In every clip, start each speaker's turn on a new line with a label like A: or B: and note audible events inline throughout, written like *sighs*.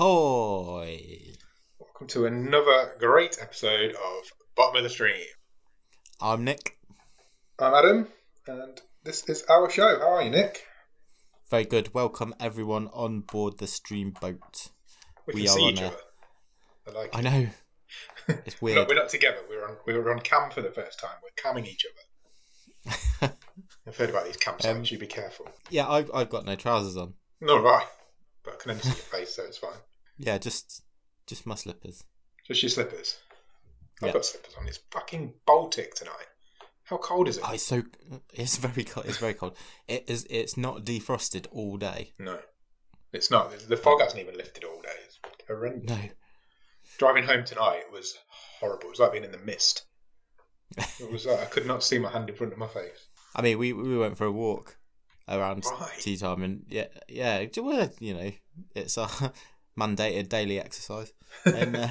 A: Ahoy!
B: Welcome to another great episode of Bottom of the Stream.
A: I'm Nick.
B: I'm Adam, and this is our show. How are you, Nick?
A: Very good. Welcome everyone on board the stream boat.
B: We,
A: We
B: can
A: are
B: see
A: on
B: each
A: a-
B: other. I like
A: I
B: it.
A: know. It's
B: We're not,
A: weird.
B: we're not together. We're on. We were on cam for the first time. We're camming each other.
A: *laughs*
B: I've heard about these cam sites.
A: Um,
B: you be careful.
A: Yeah, I've, I've got no trousers on.
B: Nor have I, but I can only see your face, so it's fine.
A: Yeah, just just my slippers.
B: Just your slippers.
A: Yeah.
B: I've got slippers on. It's fucking Baltic tonight. How cold is it?
A: Oh, it's so it's very cold. It's very cold. It is. It's not defrosted all day.
B: No, it's not. The fog hasn't even lifted all day. It's horrendous.
A: No.
B: Driving home tonight was horrible. It was like being in the mist. It was like I could not see my hand in front of my face.
A: *laughs* I mean, we we went for a walk around
B: Right.
A: tea time, and yeah, yeah. it was, You know, it's our *laughs* mandated daily exercise, and uh,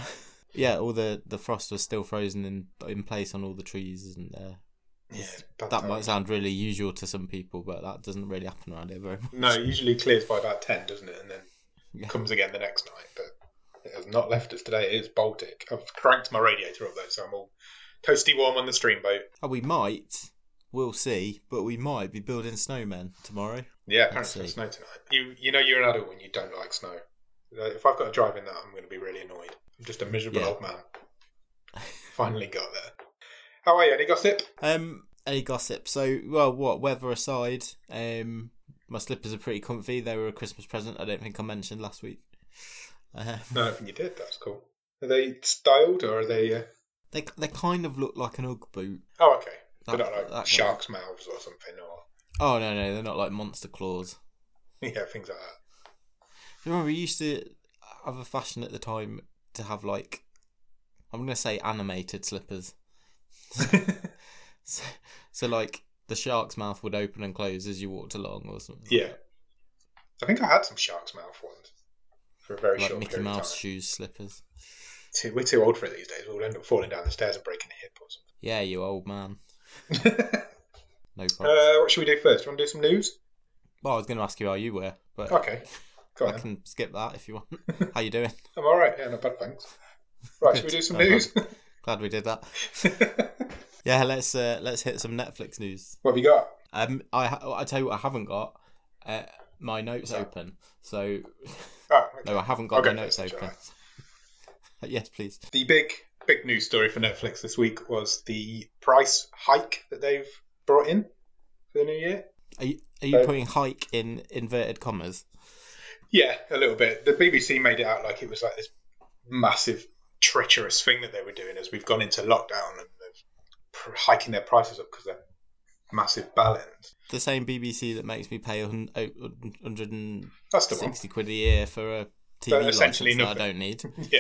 A: yeah, all the the frost was still frozen in in place on all the trees, and uh,
B: Yeah, bad
A: that
B: timing.
A: might sound really usual to some people, but that doesn't really happen around here very much.
B: No, it usually clears by about ten, doesn't it? And then
A: Yeah.
B: comes again the next night. But it has not left us today. It is Baltic. I've cranked my radiator up though, so I'm all toasty warm on the stream boat.
A: Oh, we might, we'll see, but we might be building snowmen tomorrow.
B: Yeah,
A: Let's
B: apparently it's
A: see.
B: snow tonight. You you know you're an adult when you don't like snow. Like, If I've got to drive in that, I'm going to be really annoyed. I'm just a miserable
A: Yeah.
B: old man. Finally got there. How are you? Any gossip?
A: Um, any gossip? So, well, what weather aside, um, my slippers are pretty comfy. They were a Christmas present. I don't think I mentioned last week. Uh,
B: No, I don't think you did. That's cool. Are they styled or are they? Uh...
A: they they kind of look like an UGG boot.
B: Oh, okay.
A: That-
B: They're not like
A: that kind of-
B: sharks' mouths or something, or
A: Oh no no, they're not like monster claws.
B: yeah, things like that.
A: Do you remember we used to have a fashion at the time to have like I'm gonna say animated slippers. *laughs* so, so like the shark's mouth would open and close as you walked along or something. like
B: Yeah.
A: that.
B: I think I had some sharks' mouth ones for a very
A: Like,
B: short
A: Mickey
B: period
A: Mouse
B: of time.
A: shoes slippers.
B: Too- We're too old for it these days. We'll end up falling down the stairs and breaking a hip or
A: Yeah, you old man.
B: something. *laughs*
A: No problem.
B: uh, what should we do first? Do you want to do some news?
A: well, I was gonna ask you how you were, but
B: Okay. Go on.
A: I
B: then.
A: can skip that if
B: *laughs*
A: you want. how you doing?
B: I'm all right. Yeah, not bad. Thanks. Right, should we do
A: *laughs*
B: some
A: Good.
B: news? *laughs*
A: Glad we did that.
B: what
A: Yeah, let's uh, let's hit some Netflix news.
B: have you got?
A: Um, I ha- I tell you what, I haven't got uh, my notes open. So
B: Oh, okay.
A: no, I haven't
B: I'll
A: got
B: go
A: my notes
B: first, shall
A: open. *laughs* yes, please.
B: The big, big news story for Netflix this week was the price hike that they've brought in for the new year.
A: Are you, are you
B: So-
A: putting hike in inverted commas?
B: Yeah, a little bit. The BBC made it out like it was like this massive treacherous thing that they were doing as we've gone into lockdown and they're pr- hiking their prices up because they're massive balance.
A: The same BBC that makes me pay hun- oh, o- hun- 160
B: That's the one.
A: quid a year for a
B: Uh,
A: TV license
B: essentially
A: that I
B: nothing. *laughs*
A: don't need.
B: yeah,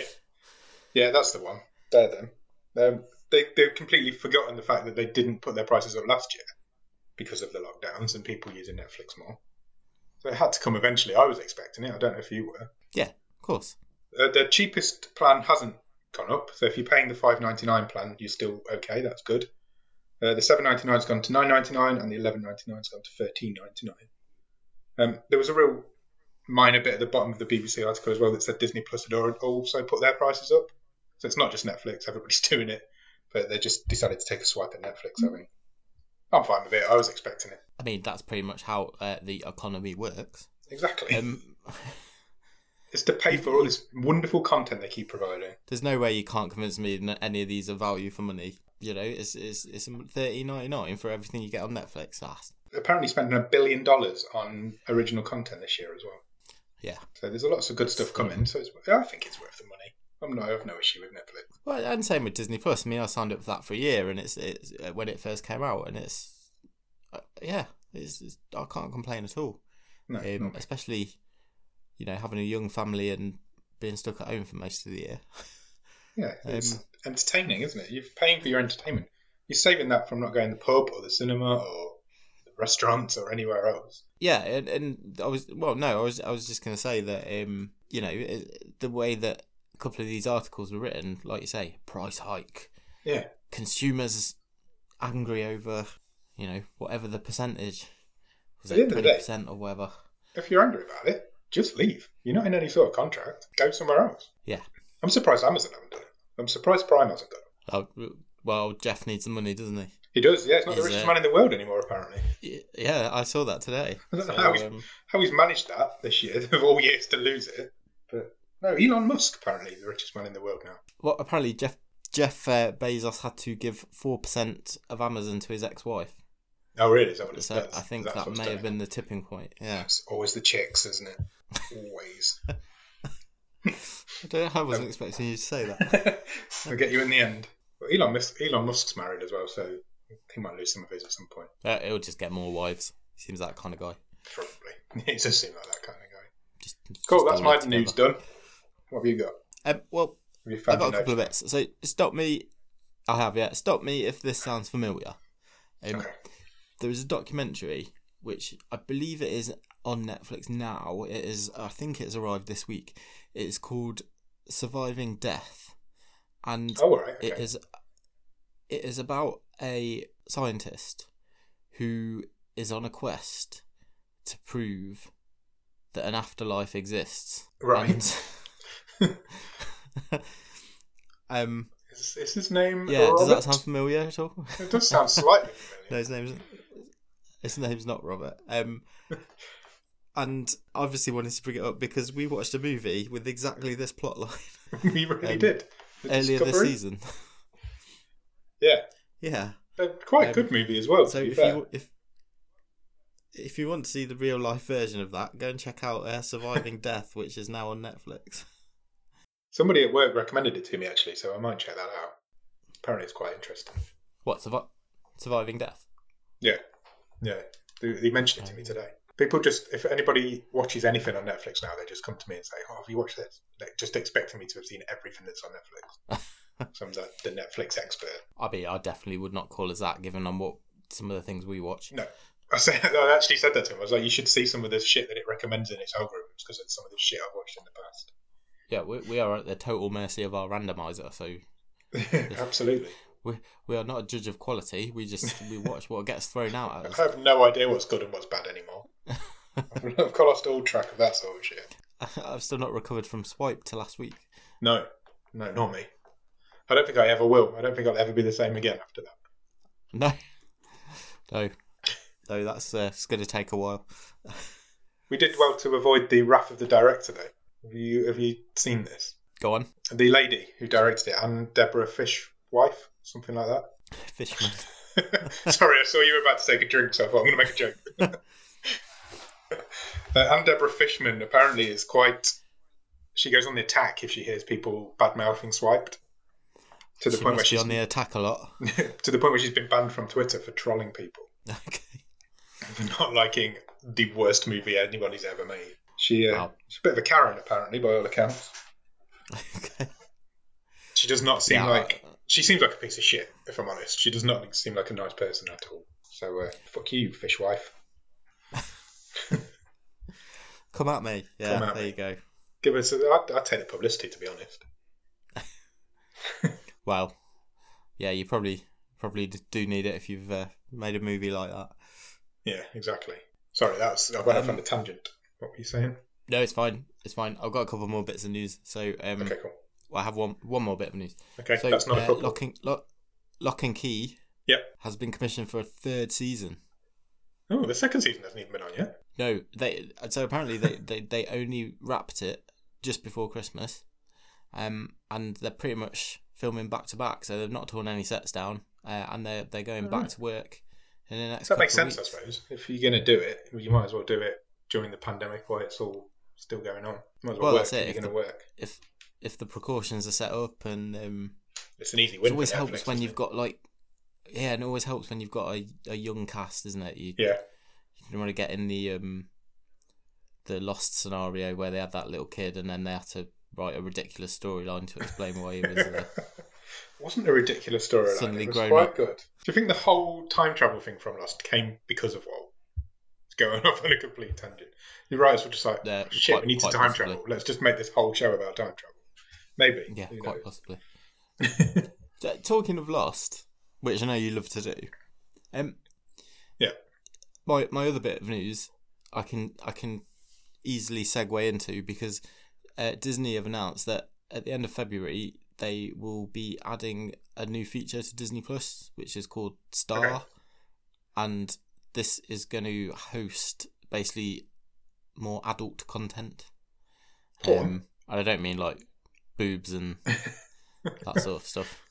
B: yeah, that's the one. There, then. Um, they they've completely forgotten the fact that they didn't put their prices up last year because of the lockdowns and people using Netflix more. So it had to come eventually. I was expecting it. I don't know if you were.
A: Of course.
B: Uh, the cheapest plan hasn't gone up. So if you're paying the five ninety nine plan, you're still okay. That's good. Uh, the seven ninety nine's gone to nine ninety nine, and the eleven ninety nine's gone to thirteen ninety nine. Um, there was a real minor bit at the bottom of the BBC article as well that said Disney Plus had al- also put their prices up. So it's not just Netflix; everybody's *laughs* doing it, but they just decided to take a swipe at Netflix. I think I'm fine with it. I was expecting it.
A: I mean, that's pretty much how uh, the economy works.
B: Exactly.
A: Um,
B: it's to pay for all this wonderful content they keep providing.
A: there's no way you can't convince me that any of these are value for money. You know, it's it's it's 30.99 for everything you get on Netflix. Ah,
B: apparently spending a billion dollars on original content this year as well.
A: Yeah.
B: So there's lots of good stuff coming. So it's, yeah, I think it's worth the money. I'm no, I have no issue with Netflix.
A: Well, and same with Disney Plus. I mean, I signed up for that for a year, and it's it's uh, when it first came out, and it's uh, yeah, it's, it's I can't complain at all.
B: No,
A: Um,
B: not-
A: especially, you know, having a young family and being stuck at home for most of the year.
B: yeah, it's
A: um,
B: entertaining, isn't it? You're paying for your entertainment. You're saving that from not going to the pub or the cinema or the restaurants or anywhere else.
A: Yeah, and, and I was well, no, I was I was just gonna say that um, you know, it- the way that a couple of these articles were written, like you say, price hike,
B: Yeah.
A: consumers angry over, you know, whatever the percentage was
B: At the
A: it
B: end of the
A: twenty
B: day-
A: percent or whatever.
B: If you're angry about it, just leave. You're not in any sort of contract. Go somewhere else.
A: Yeah.
B: I'm surprised Amazon haven't done it. I'm surprised Prime hasn't done it.
A: Oh, well, Jeff needs the money, doesn't he?
B: He does, yeah. He's not
A: Is
B: the richest
A: it?
B: man in the world anymore, apparently.
A: Y- Yeah, I saw
B: *laughs*
A: that today.
B: I don't know
A: So,
B: how he's-
A: um,
B: How he's managed that this year, *laughs* of all years, to lose it. But no, Elon Musk apparently is the richest man in the world now.
A: well, apparently Jeff Jeff uh, Bezos had to give four percent of Amazon to his ex-wife.
B: Oh, really? Is that what it
A: So
B: says?
A: I think
B: That's
A: that
B: what's
A: may
B: done
A: have
B: it.
A: been the tipping point. Yeah,
B: It's always the chicks, isn't
A: *laughs*
B: it? Always.
A: I, don't, I wasn't expecting you to say that. *laughs*
B: I'll get you in the end. But Elon, Mus- Elon Musk's married as well, so he might lose some of his at some point.
A: Uh, it'll just get more wives. He seems that kind of guy.
B: Probably. *laughs* He does seem like that kind of guy.
A: Just,
B: Cool,
A: just
B: that's
A: all
B: my
A: live together.
B: news done. What have you got?
A: Um, well,
B: Have you
A: I've
B: found
A: got
B: a
A: a couple of
B: note?
A: bits. So stop me. I have, yeah. Stop me if this sounds familiar. Um,
B: Okay.
A: There is a documentary which I believe it is on Netflix now. It is, I think it's arrived this week. It is called Surviving Death, and
B: Oh, all right. Okay.
A: it is it is about a scientist who is on a quest to prove that an afterlife exists.
B: Right.
A: And- *laughs* um.
B: Is, is his name
A: Yeah. Does that
B: Robert?
A: sound familiar at all? *laughs*
B: *laughs* It does sound slightly familiar.
A: no, his name's his name's not Robert.
B: *laughs*
A: Um. And obviously wanted to bring it up because we watched a movie with exactly this plot line *laughs*
B: *laughs* we really
A: Um,
B: did. The
A: earlier this
B: Discovery?
A: season.
B: Yeah.
A: yeah.
B: A quite
A: Um,
B: good movie as well,
A: So
B: to be
A: if
B: fair.
A: you if if you want to see the real life version of that, go and check out uh, *laughs* Surviving Death, which is now on Netflix.
B: Somebody at work recommended it to me, actually, so I might check that out. Apparently, it's quite interesting.
A: What survi- Surviving Death?
B: Yeah, yeah. They, they mentioned it to me
A: Um,
B: today. People just, if anybody watches anything on Netflix now, they just come to me and say, "Oh, have you watched this?" Like, just expecting me to have seen everything that's on Netflix.
A: *laughs*
B: so I'm like the Netflix expert.
A: I mean, I definitely would not call us that, given on what some of the things we watch.
B: No, I said, *laughs* I actually said that to him. I was like, "You should see some of the shit that it recommends in its algorithms because it's some of the shit I've watched in the
A: Yeah, we, we are at the total mercy of our randomizer, so *laughs*
B: past." *laughs* Absolutely.
A: we we are not a judge of quality. We just *laughs* we watch what gets thrown out at
B: I
A: *laughs* us.
B: have no idea what's good and what's bad anymore. I've I've lost all track of that sort of shit.
A: I've still not recovered from swipe to last week.
B: No, no, not me. I don't think I ever will. I don't think I'll ever be the same again after that.
A: No, *laughs* no, no. That's uh, it's going to take a while.
B: We did well to avoid the wrath of the director, though. Have you have you seen this?
A: Go on,
B: The lady who directed it, Anne Deborah Fish, wife, something like
A: fishman.
B: that. *laughs* Sorry, I saw you were about to take a drink, so I thought I'm going to make a joke. *laughs* uh, Anne Deborah Fishman apparently is quite. She goes on the attack if she hears people bad mouthing swiped. To the
A: she
B: point where
A: must be
B: she's
A: on the attack a lot.
B: *laughs* to the point where she's been banned from Twitter for trolling people. *laughs*
A: *laughs* okay.
B: for not liking the worst movie anybody's ever made. She, uh,
A: Wow.
B: She's a bit of a Karen, apparently, by all accounts.
A: Okay.
B: She does not seem
A: Yeah,
B: like. She seems like a piece of shit, if I'm honest. She does not seem like a nice person at all. So, uh, fuck you, fishwife.
A: Come at me. Yeah,
B: Come at
A: there
B: me.
A: you go.
B: Give us. A, I'd, I'd take the publicity, to be honest.
A: Well, yeah, you probably probably d- do need it if you've uh, made a movie like that.
B: Yeah, exactly. Sorry, that was. I went off
A: Um,
B: on a tangent. What were you saying?
A: No, it's fine. It's fine. I've got a couple more bits of news. So, um,
B: Okay, cool.
A: well, I have one one more bit of news.
B: Okay,
A: so,
B: that's not a
A: uh,
B: problem.
A: Lock and, lock, lock and Key.
B: Yep.
A: Has been commissioned for a third season.
B: Oh, the second season hasn't even been on yet.
A: No, they so apparently they, they, they only wrapped it just before Christmas, um, and they're pretty much filming back to back, so they've not torn any sets down, uh, and they're they're going back
B: Alright.
A: to work in the next.
B: That makes
A: couple of
B: sense, I
A: weeks.
B: suppose. If you're going to do it, you might as well do it during the pandemic while it's all still going on. Might as well,
A: Well,
B: work
A: that's it,
B: if
A: if
B: you're
A: the-
B: going to work.
A: If if the precautions are set up, and um,
B: It's an easy win.
A: it
B: for
A: always
B: Netflix,
A: helps when
B: isn't
A: you've
B: it?
A: got like, yeah, and it always helps when you've got a, a young cast, isn't it? You,
B: Yeah,
A: you don't want to get in the um, the lost scenario where they had that little kid, and then they had to write a ridiculous storyline to explain why he was. Uh,
B: It *laughs* wasn't a ridiculous storyline.
A: Suddenly
B: it was
A: grown
B: quite
A: up.
B: good. Do you think the whole time travel thing from Lost came because of Walt? It's going *laughs* off on a complete tangent. The writers were just like,
A: Yeah,
B: "Shit,
A: quite-
B: we need to
A: quite
B: time
A: possibly.
B: travel. Let's just make this whole show about time travel." Maybe.
A: Yeah,
B: who
A: quite
B: knows? *laughs*
A: possibly. T- Talking of Lost, which I know you love to do, um,
B: Yeah.
A: my my other bit of news, I can I can easily segue into because uh, Disney have announced that at the end of February they will be adding a new feature to Disney Plus, which is called Star,
B: Okay.
A: and this is going to host basically more adult content. Um,
B: Porn.
A: and I don't mean like
B: *laughs*
A: boobs and that sort of stuff.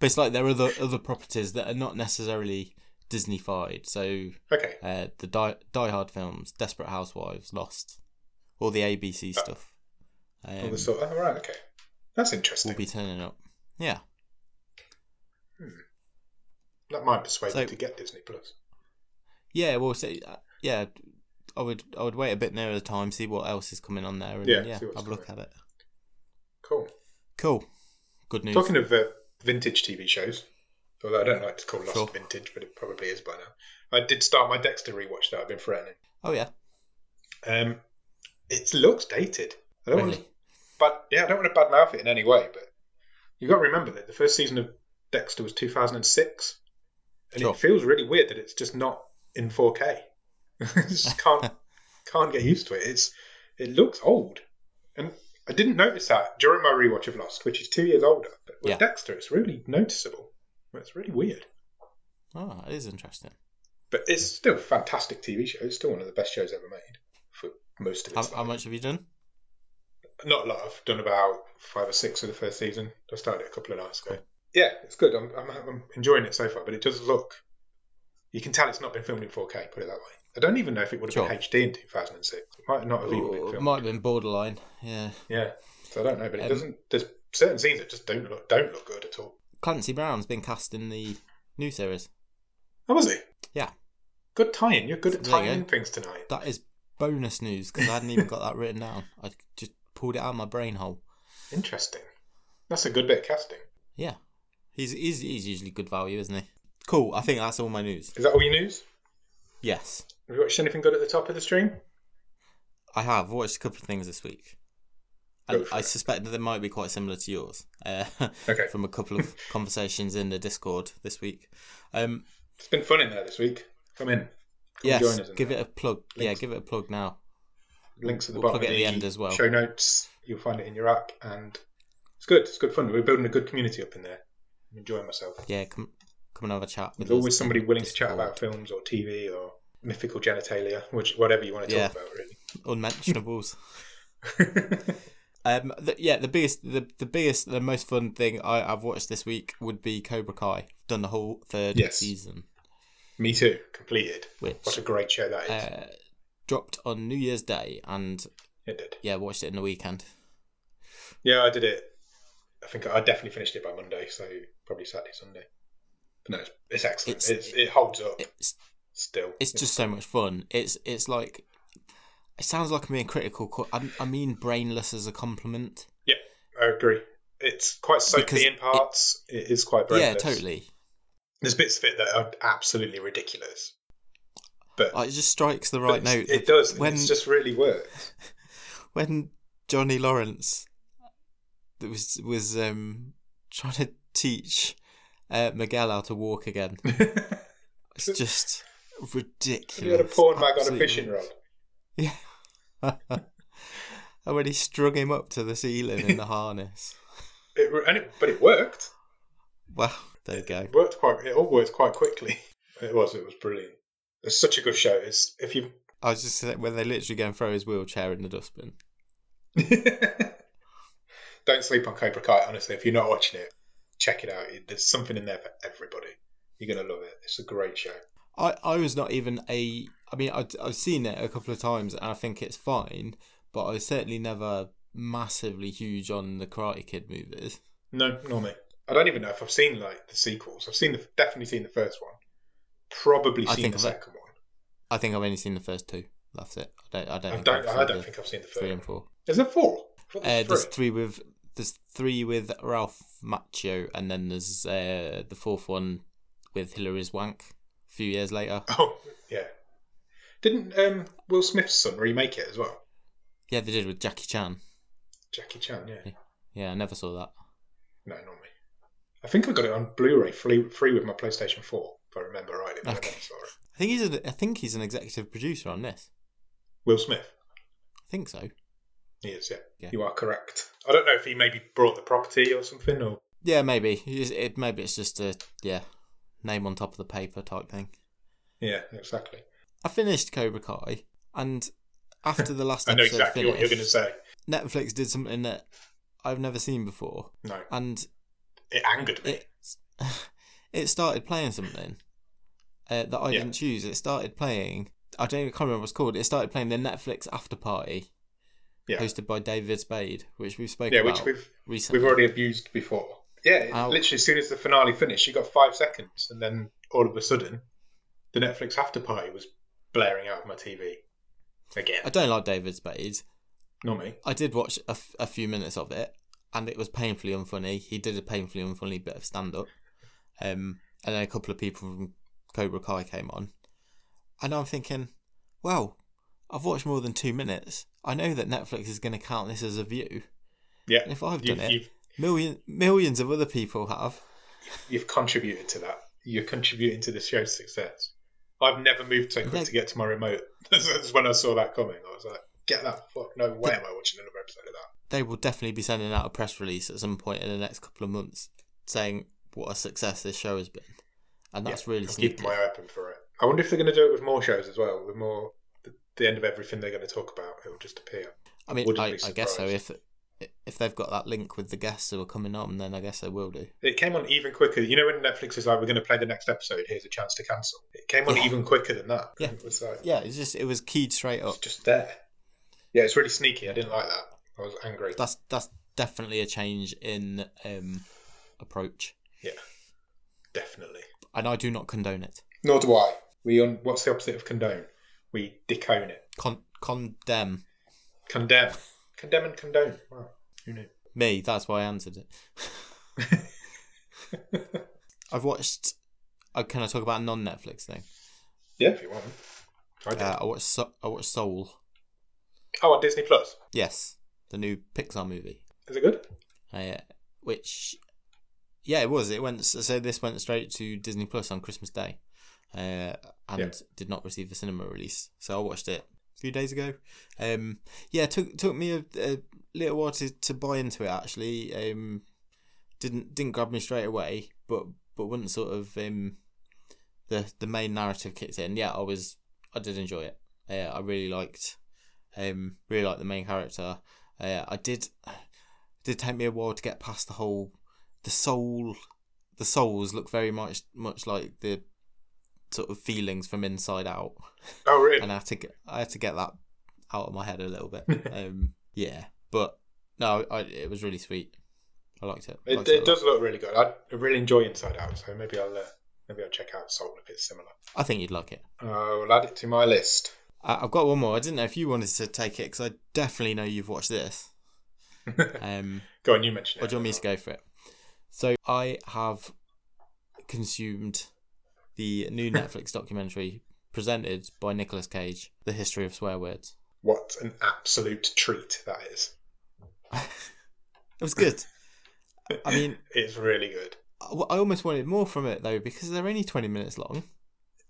A: but it's like there are other other properties that are not necessarily Disney-fied. So
B: Okay.
A: uh, the Die, Die Hard films, Desperate Housewives, Lost, all the ABC stuff
B: Uh, All
A: um,
B: the sort. Oh, right. Okay. That's
A: will
B: interesting.
A: be turning up. Yeah,
B: That might persuade
A: So-
B: me to get Disney Plus.
A: yeah. Well, so, uh, yeah. I would I would wait a bit nearer the time, see what else is coming on there, and
B: Yeah,
A: yeah,
B: see what's
A: have a look
B: coming.
A: at it.
B: Cool.
A: Cool. Good news.
B: Talking of uh, vintage TV shows, although I don't like to call Lost
A: Sure.
B: vintage, but it probably is by now. I did start my Dexter rewatch that I've been threatening.
A: oh yeah,
B: Um, it looks dated. I don't want
A: really.
B: to, but yeah, I don't want to badmouth it in any way, but you've got to remember that the first season of Dexter was 2006, and
A: Sure.
B: it feels really weird that it's just not in 4K. *laughs*
A: *laughs*
B: just can't can't get used to it. It's it looks old, and I didn't notice that during my rewatch of Lost, which is two years older. But with
A: Yeah.
B: Dexter, it's really noticeable. It's really weird,
A: Oh, it is interesting.
B: but it's still a fantastic TV show. It's still one of the best shows ever made for most of its
A: How,
B: life.
A: how much have you done?
B: Not a lot. I've done about five or six of the first season. I started it a couple of nights ago. Yeah, it's good. I'm, I'm, I'm enjoying it so far, but it does look. You can tell it's not been filmed in 4K. Put it that way. I don't even know if it would have
A: Sure.
B: been HD in 2006. It might not have even been
A: Ooh,
B: filmed.
A: it might have been borderline. Yeah.
B: Yeah, so I don't know, but it
A: Um,
B: doesn't. There's certain scenes that just don't look don't look good at all.
A: Clancy Brown's been cast in the new series.
B: Oh, was he?
A: Yeah.
B: Good tying. You're good at
A: There you
B: tying in
A: go.
B: things tonight.
A: That is bonus news because I hadn't even got that written down. I just pulled it out of my brain hole.
B: Interesting. That's a good bit of casting.
A: Yeah, he's he's, he's usually good value, isn't he? Cool. I think that's all my news.
B: Is that all your news?
A: Yes,
B: Have you watched anything good at the top of the stream?
A: I have watched a couple of things this week,
B: Go
A: and
B: for
A: I
B: it.
A: suspect that they might be quite similar to yours uh,
B: Okay.
A: from a couple
B: *laughs*
A: of conversations in the Discord this week. Um,
B: It's been fun in there this week. Come in. Come join
A: yes,
B: us in
A: give
B: there.
A: it a plug. Yeah,
B: Links.
A: give it a plug now.
B: Links at the
A: we'll
B: bottom
A: plug it
B: of
A: at the end as well.
B: Show notes. You'll find it in your app, and it's good. It's good fun. We're building a good community up in there. I'm enjoying myself.
A: Yeah, come come and have a chat. With
B: There's always
A: us
B: somebody
A: on
B: willing to chat
A: Discord.
B: about films or TV or mythical genitalia, which whatever you want to
A: Yeah.
B: talk about, really. *laughs*
A: unmentionables. *laughs* Um, the, yeah, the biggest, the, the biggest, the most fun thing I, I've watched this week would be Cobra Kai. I've done the whole third
B: Yes.
A: season,
B: Me too. Completed.
A: which
B: What a great show that is.
A: uh, dropped on New Year's Day, and
B: it did.
A: yeah, watched it in the weekend.
B: Yeah, I did it. I think I definitely finished it by Monday, so probably Saturday, Sunday. But no, it's, it's excellent.
A: It's-
B: It's, it holds up
A: It's
B: still.
A: it's just so much fun. It's it's like it sounds like I'm being critical. co- I, I mean, brainless as a compliment.
B: I agree. It's quite
A: Because
B: soapy in
A: it-
B: parts. it is quite brainless.
A: Yeah, totally.
B: There's bits of it that are absolutely ridiculous. But,
A: Like, it just strikes the
B: but
A: right
B: it's-
A: note.
B: It does. When...
A: When
B: It just really works.
A: when Johnny Lawrence was was um trying to teach uh, Miguel how to
B: *laughs*
A: walk again. It's just ridiculous.
B: you had a porn bag on a
A: Absolutely.
B: fishing rod.
A: Yeah. *laughs* and when he strung him up to the
B: *laughs*
A: ceiling in the harness.
B: It, re- and it, but it worked.
A: Well, there you go.
B: It worked quite. It all worked quite quickly. *laughs* It was. It was brilliant. It's such a good show. It's if you *laughs*
A: I was just saying, when they literally go and throw his wheelchair in the dustbin.
B: Don't sleep on Cobra Kai, honestly. If you're not watching it, check it out. It- There's something in there for everybody. You're going to love it. It's a great show.
A: I, I was not even a. I mean, I, I've seen it a couple of times and I think it's fine, but I was certainly never massively huge on the Karate Kid movies.
B: No, nor me. I don't even know if I've seen like the sequels. I've seen the definitely seen the first one. Probably
A: I
B: seen
A: think
B: the
A: I've- e-
B: second one.
A: I think I've only seen the first two. That's it. I don't. I don't.
B: I
A: think
B: don't.
A: I've
B: I
A: seen
B: don't
A: the
B: think I've seen the
A: three
B: third.
A: and
B: one.
A: four.
B: Is there four? I thought there
A: Uh,
B: was
A: there's
B: three.
A: three with there's three with Ralph Macchio, and then there's uh, the fourth one with Hilary's wank. A few years later.
B: Oh, yeah. Didn't um, Will Smith's son remake it as well?
A: Yeah, they did with Jackie Chan.
B: Jackie Chan. Yeah.
A: Yeah, I never saw that.
B: No, not me. I think I got it on Blu-ray free, free with my PlayStation 4, if I remember rightly. But I
A: Okay.
B: never saw it.
A: I think he's a, I think he's an executive producer on this.
B: Will Smith.
A: I think so.
B: He is, yeah.
A: Yeah.
B: You are correct. I don't know if he maybe brought the property or something, or
A: Yeah, maybe. It's- It, maybe it's just a yeah name on top of the paper type thing.
B: yeah, exactly.
A: I finished Cobra Kai, and after the last
B: *laughs* I know
A: episode
B: exactly what you're going to
A: finished,
B: say.
A: Netflix did something that I've never seen before,
B: No,
A: and
B: it angered me.
A: it *laughs* it started playing something uh, that I
B: Yeah.
A: didn't choose. It started playing. I don't even can't remember what it's called. It started playing the Netflix after party,
B: Yeah.
A: hosted by David Spade, which we've spoken
B: yeah,
A: about
B: which we've
A: recently.
B: we've already abused before. Yeah,
A: Ow.
B: literally as soon as the finale finished, you got five seconds, and then all of a sudden, the Netflix after party was blaring out of my TV again.
A: I don't like David Spade.
B: Not me.
A: I did watch a, f- a few minutes of it, and it was painfully unfunny. He did a painfully unfunny bit of stand up, um, and then a couple of people from Cobra Kai came on, and I'm thinking, well, I've watched more than two minutes. I know that Netflix is going to count this as a view.
B: Yeah,
A: And if I've
B: you,
A: done it,
B: you've
A: million millions of other people have.
B: you've contributed to that. You're contributing to the show's success. I've never moved so quick
A: Like-
B: to get to my remote. *laughs* That's when I saw that coming. I was like, "Get that! Fuck no way! Am I watching another episode of that?"
A: They will definitely be sending out a press release at some point in the next couple of months saying what a success this show has been, and that's really
B: I'm
A: sneaky.
B: keeping my eye open for it. I wonder if they're going to do it with more shows as well. With more, the, the end of everything they're going to talk about, it will just appear.
A: I mean,
B: Wouldn't
A: I,
B: be
A: I guess so. If
B: surprised.
A: if they've got that link with the guests who are coming on, then I guess they will do.
B: It came on even quicker. You know when Netflix is like, "We're going to play the next episode. Here's a chance to cancel." It came on
A: Yeah.
B: even quicker than that.
A: Yeah.
B: It was like,
A: Yeah, it's just it was keyed straight up.
B: it's just there. Yeah, it's really sneaky. I didn't like that. I was angry.
A: That's that's definitely a change in um, approach,
B: Definitely.
A: and I do not condone it.
B: Nor do I. We un- what's the opposite of condone? We decone it.
A: Con- condemn
B: Condemn. Condemn and condone. Wow. Who knew?
A: me. That's why I answered it.
B: *laughs*
A: I've watched. Oh, can I talk about a non-Netflix thing?
B: Yeah, if you want. I did.
A: Uh, I watched. So- I watched Soul.
B: oh, on Disney Plus.
A: Yes, the new Pixar movie.
B: Is it good?
A: uh, which yeah it was it went so this went straight to disney plus on christmas day uh, and
B: Yeah.
A: did not receive a cinema release so i watched it a few days ago um, yeah took took me a, a little while to, to buy into it actually um, didn't didn't grab me straight away but but once sort of um, the the main narrative kicked in yeah i was i did enjoy it uh, i really liked um, really liked the main character uh, i did did take me a while to get past the whole the soul the souls look very much much like the sort of feelings from inside out
B: Oh, really?
A: and i had to get i had to get that out of my head a little bit um yeah but no I, it was really sweet i liked it
B: It,
A: Liked it
B: it
A: a lot.
B: does look really good. I I really enjoy Inside Out, so maybe I'll uh, maybe I'll check out Soul if it's similar.
A: i think you'd like it
B: I'll Uh, add it to my list.
A: I, i've got one more i didn't know if you wanted to take it because i definitely know you've watched this um
B: Go on, you mention it.
A: Or do you want me to go for it? So I have consumed the new Netflix documentary presented by Nicolas Cage, The History of Swear Words.
B: What an absolute treat that is.
A: It was good. I mean,
B: It's really good.
A: I I almost wanted more from it though because they're only 20 minutes long.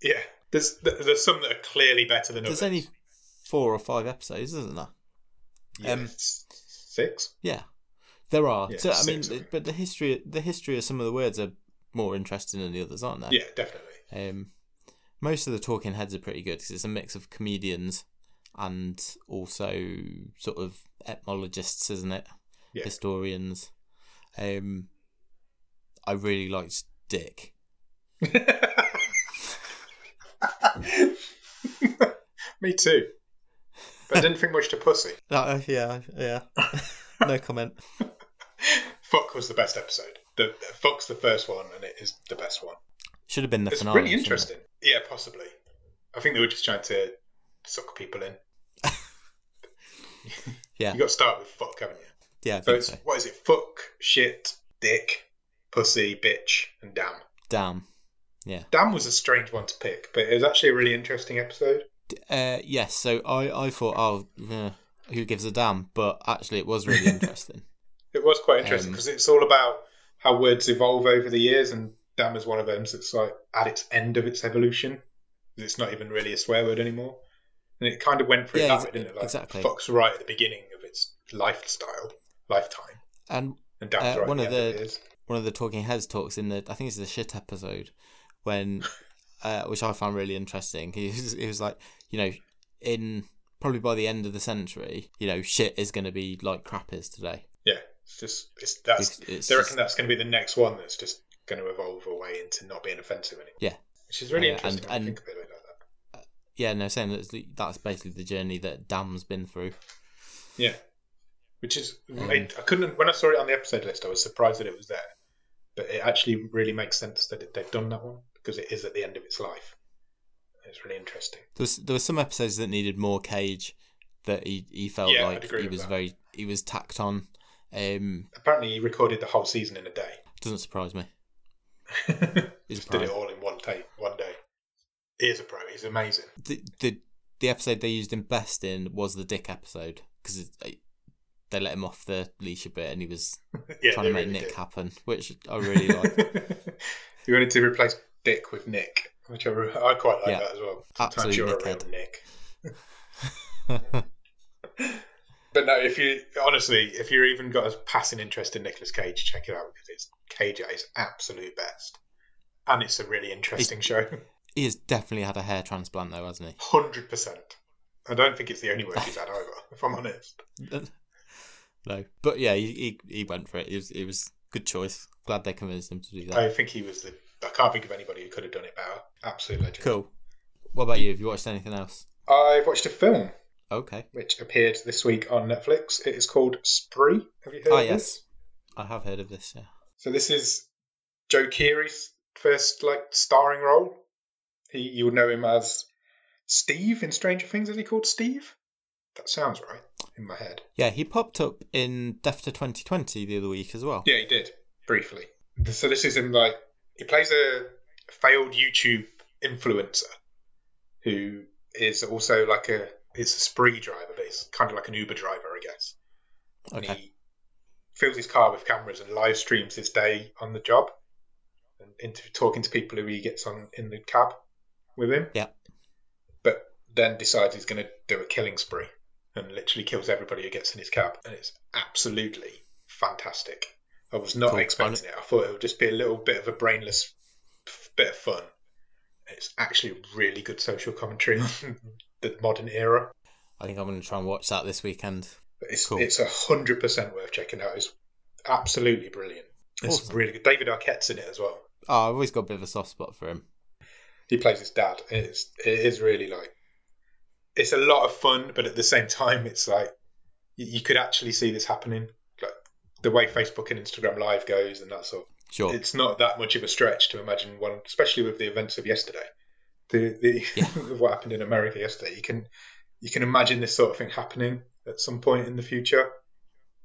B: Yeah. There's there's some that are clearly better than
A: There's
B: others.
A: only four or five episodes, isn't there?
B: Yeah,
A: um,
B: s- six.
A: Yeah, there are.
B: Yeah,
A: so I mean,
B: six, I think.
A: but the history the history of some of the words are more interesting than the others, aren't they?
B: Yeah, definitely.
A: Um, most of the talking heads are pretty good because it's a mix of comedians and also sort of etymologists, isn't it?
B: Yeah.
A: Historians. Um, I really liked Dick.
B: Me
A: *laughs*
B: too. But I didn't think much to pussy.
A: Uh, yeah, yeah. *laughs* no comment.
B: Fuck was the best episode. The Fuck's the first one, and it is the best one.
A: Should have been the
B: It's
A: finale.
B: really
A: shouldn't it?
B: interesting. Yeah, possibly. I think they were just trying to suck people in.
A: *laughs* Yeah.
B: You got to start with fuck, haven't you?
A: Yeah, I
B: So
A: think
B: it's
A: so.
B: what is it? Fuck, shit, dick, pussy, bitch, and damn.
A: Damn.
B: Damn was a strange one to pick, but it was actually a really interesting episode.
A: Uh, yes. So I, I thought, oh, eh, who gives a damn? But actually, it was *laughs* really interesting.
B: It was quite interesting
A: Um,
B: because it's all about how words evolve over the years, and damn is one of them that's like at its end of its evolution. It's not even really a swear word anymore. and it kind of went through
A: Yeah,
B: that,
A: ex-
B: way, didn't it? Like
A: exactly.
B: Fox right at the beginning of its lifestyle, lifetime,
A: And
B: and Dan's
A: Uh,
B: right
A: one
B: at
A: of
B: the end
A: the-
B: of his.
A: one of the talking heads talks in the I think it's the shit episode
B: *laughs*
A: when uh, which I found really interesting. He was, he was like, you know, in probably by the end of the century, you know, shit is going to be like crap is today.
B: Yeah, it's just it's that's
A: It's- it's
B: they reckon
A: just-
B: that's going to be the next one that's just going to evolve away into not being offensive anymore.
A: Yeah.
B: which is really
A: Uh,
B: interesting.
A: and-
B: when you
A: and-
B: think of it like that.
A: Yeah, no, saying that's the, that's basically the journey that Dam's been through.
B: Yeah, which is
A: Um,
B: I, I couldn't when I saw it on the episode list, I was surprised that it was there, but it actually really makes sense that it, they've done that one because it is at the end of its life. It's really interesting.
A: There was there were some episodes that needed more Cage, that he he felt
B: Yeah, I'd
A: like
B: agree
A: he
B: with
A: was
B: that.
A: very he was tacked on. Um,
B: Apparently, he recorded the whole season in a day. *laughs*
A: doesn't surprise me. He's
B: Just
A: a pro.
B: did it all in one take, one day. He is a pro. He's amazing. *laughs*
A: the the the episode they used him best in was the dick episode because they let him off the leash a bit and he was
B: yeah,
A: trying
B: they
A: to make
B: really
A: Nick
B: did.
A: happen, which I really
B: *laughs*
A: like. *laughs*
B: you wanted to replace Dick with Nick, which I, re- I quite like
A: Yeah.
B: that as well. Sometimes
A: Absolute
B: you're a
A: dickhead.
B: real Nick.
A: *laughs*
B: But no, if you honestly, if you're even got a passing interest in Nicolas Cage, check it out because it's Cage at his absolute best, and it's a really interesting show.
A: he has definitely had a hair transplant though, hasn't
B: Hundred percent. I don't think it's the only word he's had either. If I'm honest,
A: he? *laughs* no, but yeah, he, he he went for it. It was it was good choice. Glad they convinced him to do that.
B: I think he was the. I can't think of anybody who could have done it better. Absolute legend.
A: Cool. What about you? Have you watched anything else?
B: I've watched a film
A: Okay,
B: which appeared this week on Netflix. It is called Spree. Have you heard
A: Ah,
B: of
A: yes.
B: this?
A: I have heard of this. Yeah.
B: So this is Joe Keery's first like starring role. He you would know him as Steve in Stranger Things. Is he called Steve? That sounds right in my head.
A: Yeah, he popped up in Death to 2020 the other week as well.
B: Yeah, he did briefly. So this is him like he plays a failed YouTube influencer who is also like a it's a spree driver, but it's kind of like an Uber driver, I guess. and
A: Okay.
B: he fills his car with cameras and live streams his day on the job and into talking to people who he gets on in the cab with him.
A: Yeah.
B: But then decides he's going to do a killing spree and literally kills everybody who gets in his cab. And it's absolutely fantastic. I was not
A: Cool.
B: expecting it. I thought it would just be a little bit of a brainless f- bit of fun. It's actually really good social commentary *laughs* on the modern era.
A: I think I'm going to try and watch that this weekend.
B: But it's
A: Cool.
B: it's a hundred percent worth checking out. It's absolutely brilliant. It's
A: Awesome.
B: really good. David Arquette's in it as well.
A: Oh, I've always got a bit of a soft spot for him.
B: He plays his dad. It's it is really like it's a lot of fun, but at the same time, it's like you, you could actually see this happening. Like the way Facebook and Instagram Live goes and that sort. Of,
A: Sure.
B: It's not that much of a stretch to imagine one, especially with the events of yesterday. The the *laughs*
A: Yeah.
B: what happened in America yesterday. You can you can imagine this sort of thing happening at some point in the future.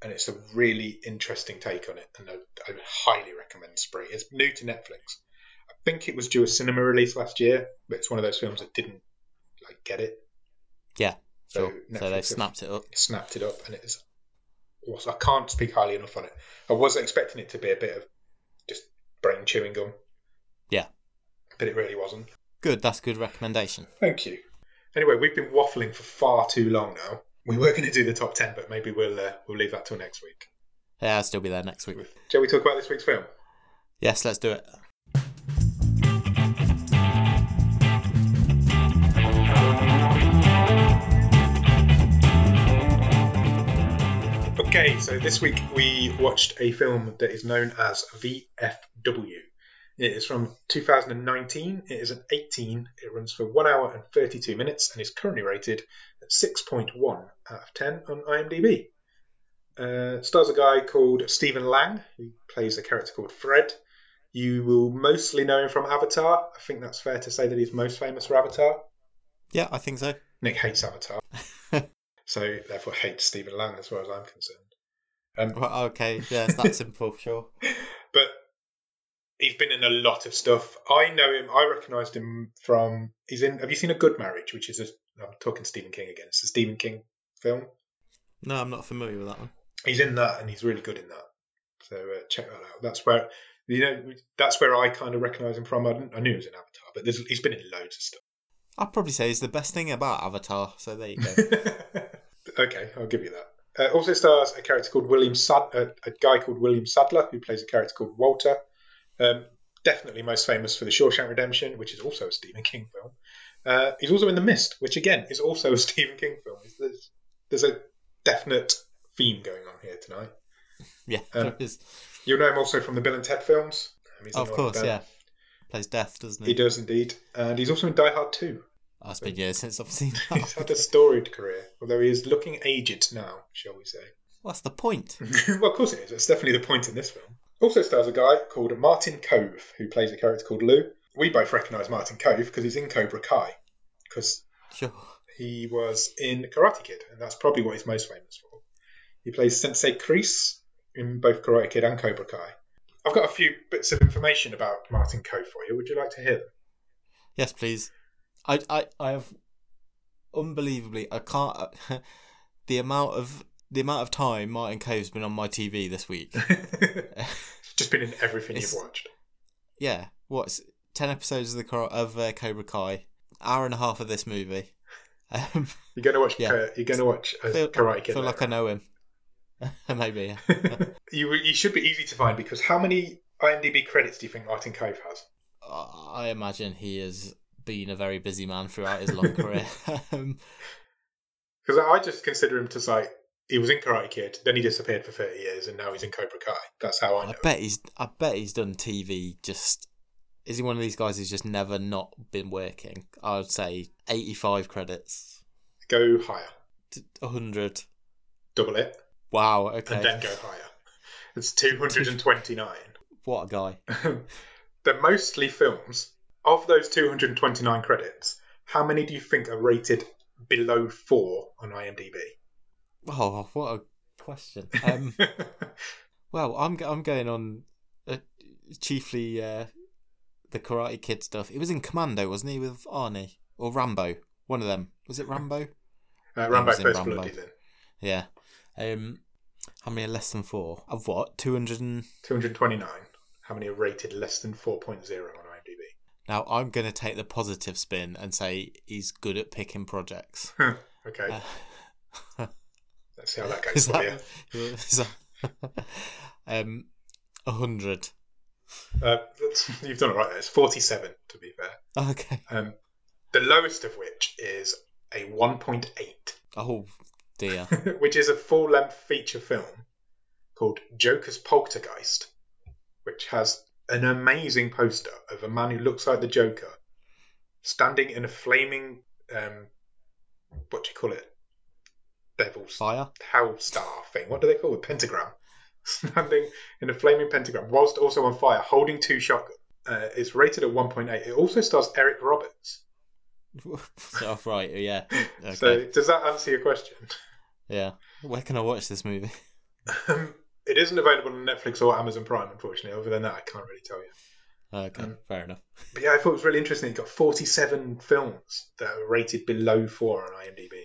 B: and it's a really interesting take on it, and I, I highly recommend Spree. It's new to Netflix. I think it was due a cinema release last year, but it's one of those films that didn't like get it.
A: yeah.
B: So
A: Sure. So,
B: Netflix
A: they've
B: have-
A: snapped it up.
B: It snapped it up, and it is. was- I can't speak highly enough on it. I wasn't expecting it to be a bit of just brain chewing gum.
A: Yeah.
B: but it really wasn't.
A: Good. That's a good recommendation.
B: Thank you. Anyway, we've been waffling for far too long now. We were going to do the top ten, but maybe we'll uh, we'll leave that till next week.
A: Yeah, I'll still be there next week.
B: Shall we talk about this week's film?
A: Yes, let's do it.
B: Okay, so this week we watched a film that is known as VFW. It is from 2019. It is an 18. It runs for 1 hour and 32 minutes and is currently rated at 6.1 out of 10 on IMDb. Uh, it stars a guy called Stephen Lang, who plays a character called Fred. You will mostly know him from Avatar. I think that's fair to say that he's most famous for Avatar.
A: Yeah, I think so.
B: Nick hates Avatar, so therefore hates Stephen Lang as far as I'm concerned.
A: Right, okay. Yeah, it's that simple. Sure.
B: but he's been in a lot of stuff. I know him. I recognised him from. He's in. Have you seen A Good Marriage? Which is a. I'm talking Stephen King again. It's a Stephen King film.
A: No, I'm not familiar with that one.
B: He's in that, and he's really good in that. So uh, check that out. That's where you know. That's where I kind of recognise him from. I, didn't, I knew he was in Avatar, but there's, he's been in loads of stuff.
A: I'd probably say is the best thing about Avatar. So there you go.
B: *laughs* okay, I'll give you that. Uh, also stars a character called William Sad- uh, a guy called William Sadler who plays a character called Walter. Um, definitely most famous for The Shawshank Redemption, which is also a Stephen King film. Uh, he's also in The Mist, which again is also a *laughs* Stephen King film. There's, there's a definite theme going on here tonight.
A: yeah,
B: Um,
A: *laughs* there is.
B: You'll know him also from the Bill and Ted films. Um, he's in
A: Of
B: all
A: course,
B: them.
A: yeah. Plays death, doesn't
B: He
A: he?
B: does indeed, and he's also in Die Hard
A: *laughs*
B: 2.
A: Oh, it's been years since I've seen
B: He's *laughs*
A: that. *laughs*
B: had a storied career, although he is looking aged now, shall we say.
A: What's the point?
B: *laughs* well, of course it is. That's definitely the point in this film. Also stars a guy called Martin Cove, who plays a character called Lou. We both recognise Martin Cove because he's in Cobra Kai, because
A: Sure.
B: he was in Karate Kid, and that's probably what he's most famous for. He plays Sensei Kreese in both Karate Kid and Cobra Kai. I've got a few bits of information about Martin Cove for you. Would you like to hear them?
A: Yes, please. I, I, I have unbelievably. I can't. *laughs* the amount of the amount of time Martin Cove's been on my TV this week.
B: *laughs*
A: *laughs*
B: Just been in everything
A: It's-
B: you've watched.
A: yeah, what's ten episodes of the Cor- of uh, Cobra Kai, hour and a half of this movie. Um, *laughs*
B: You're going to watch.
A: Yeah.
B: uh, you're going to watch uh,
A: feel,
B: Karate Kid.
A: feel like I
B: later
A: know him. *laughs* Maybe. yeah. *laughs*
B: on. you, you should be easy to find because how many IMDb credits do you think Martin Cove has?
A: Uh, I imagine he has been a very busy man throughout his long career. um,
B: Because I just consider him to like he was in Karate Kid, then he disappeared for thirty years, and now he's in Cobra Kai. That's how I know.
A: I bet he's. I bet he's done TV. Just is he one of these guys who's just never not been working? I would say eighty-five credits,
B: Go higher,
A: T- hundred.
B: double it,
A: Wow. Okay.
B: and then go higher. It's two hundred and twenty-nine.
A: What a guy.
B: They're mostly films. Of those two hundred and twenty-nine credits, how many do you think are rated below four on IMDb?
A: Oh, what a question.
B: *laughs*
A: Um,
B: Uh,
A: well, I'm go- I'm going on uh, chiefly uh, the Karate Kid stuff. It was in Commando, wasn't he, with Arnie or Rambo? One of them. Was it Rambo?
B: Uh, Rambo
A: was in
B: First
A: Rambo.
B: Blood is in
A: Yeah. Um, how many are less than four? Of what? Two hundred and.
B: two hundred twenty-nine. How many are rated less than four point zero on IMDb?
A: Now I'm going to take the positive spin and say he's good at picking projects.
B: Okay,
A: Uh,
B: let's see how that goes
A: is
B: for you.
A: that, *laughs* is that *laughs* um a hundred? *laughs*
B: Uh, that's- *laughs* you've done it right there. It's 47, to be fair.
A: Okay.
B: Um, the lowest of which is a 1.8,
A: Oh dear.
B: *laughs* which is a full length feature film called Joker's Poltergeist, which has an amazing poster of a man who looks like the Joker standing in a flaming, um, what do you call it? Devil's
A: Fire. *laughs*
B: howl star thing. What do they call it? Pentagram. *laughs* Standing in a flaming pentagram, whilst also on fire, holding two shotguns. Uh, it's rated at 1.8. It also stars Eric Roberts.
A: so, right. Yeah. Okay.
B: So, does that answer your question?
A: Yeah. Where can I watch this movie? *laughs*
B: Um, it isn't available on Netflix or Amazon Prime, unfortunately. Other than that, I can't really tell you.
A: Okay.
B: Mm.
A: fair enough.
B: But yeah, I thought it was really interesting. It got 47 films that are rated below four on IMDb.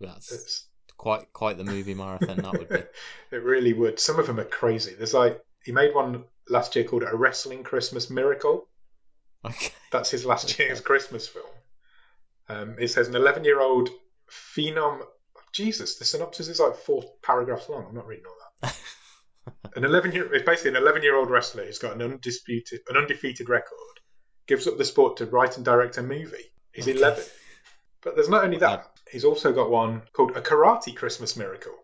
A: That's
B: It's,
A: quite quite the movie marathon
B: *laughs*
A: that would be.
B: it really would. Some of them are crazy. There's like he made one last year called A Wrestling Christmas Miracle.
A: Okay. *laughs*
B: That's his last
A: Okay.
B: year's Christmas film. Um, it says an 11 year old phenom. Jesus, the synopsis is like four paragraphs long. I'm not reading all
A: *laughs*
B: that. an 11 year it's basically an 11 year old wrestler who's got an undisputed, an undefeated record, gives up the sport to write and direct a movie. He's
A: Okay.
B: 11. But there's not only that. He's also got one called A Karate Christmas Miracle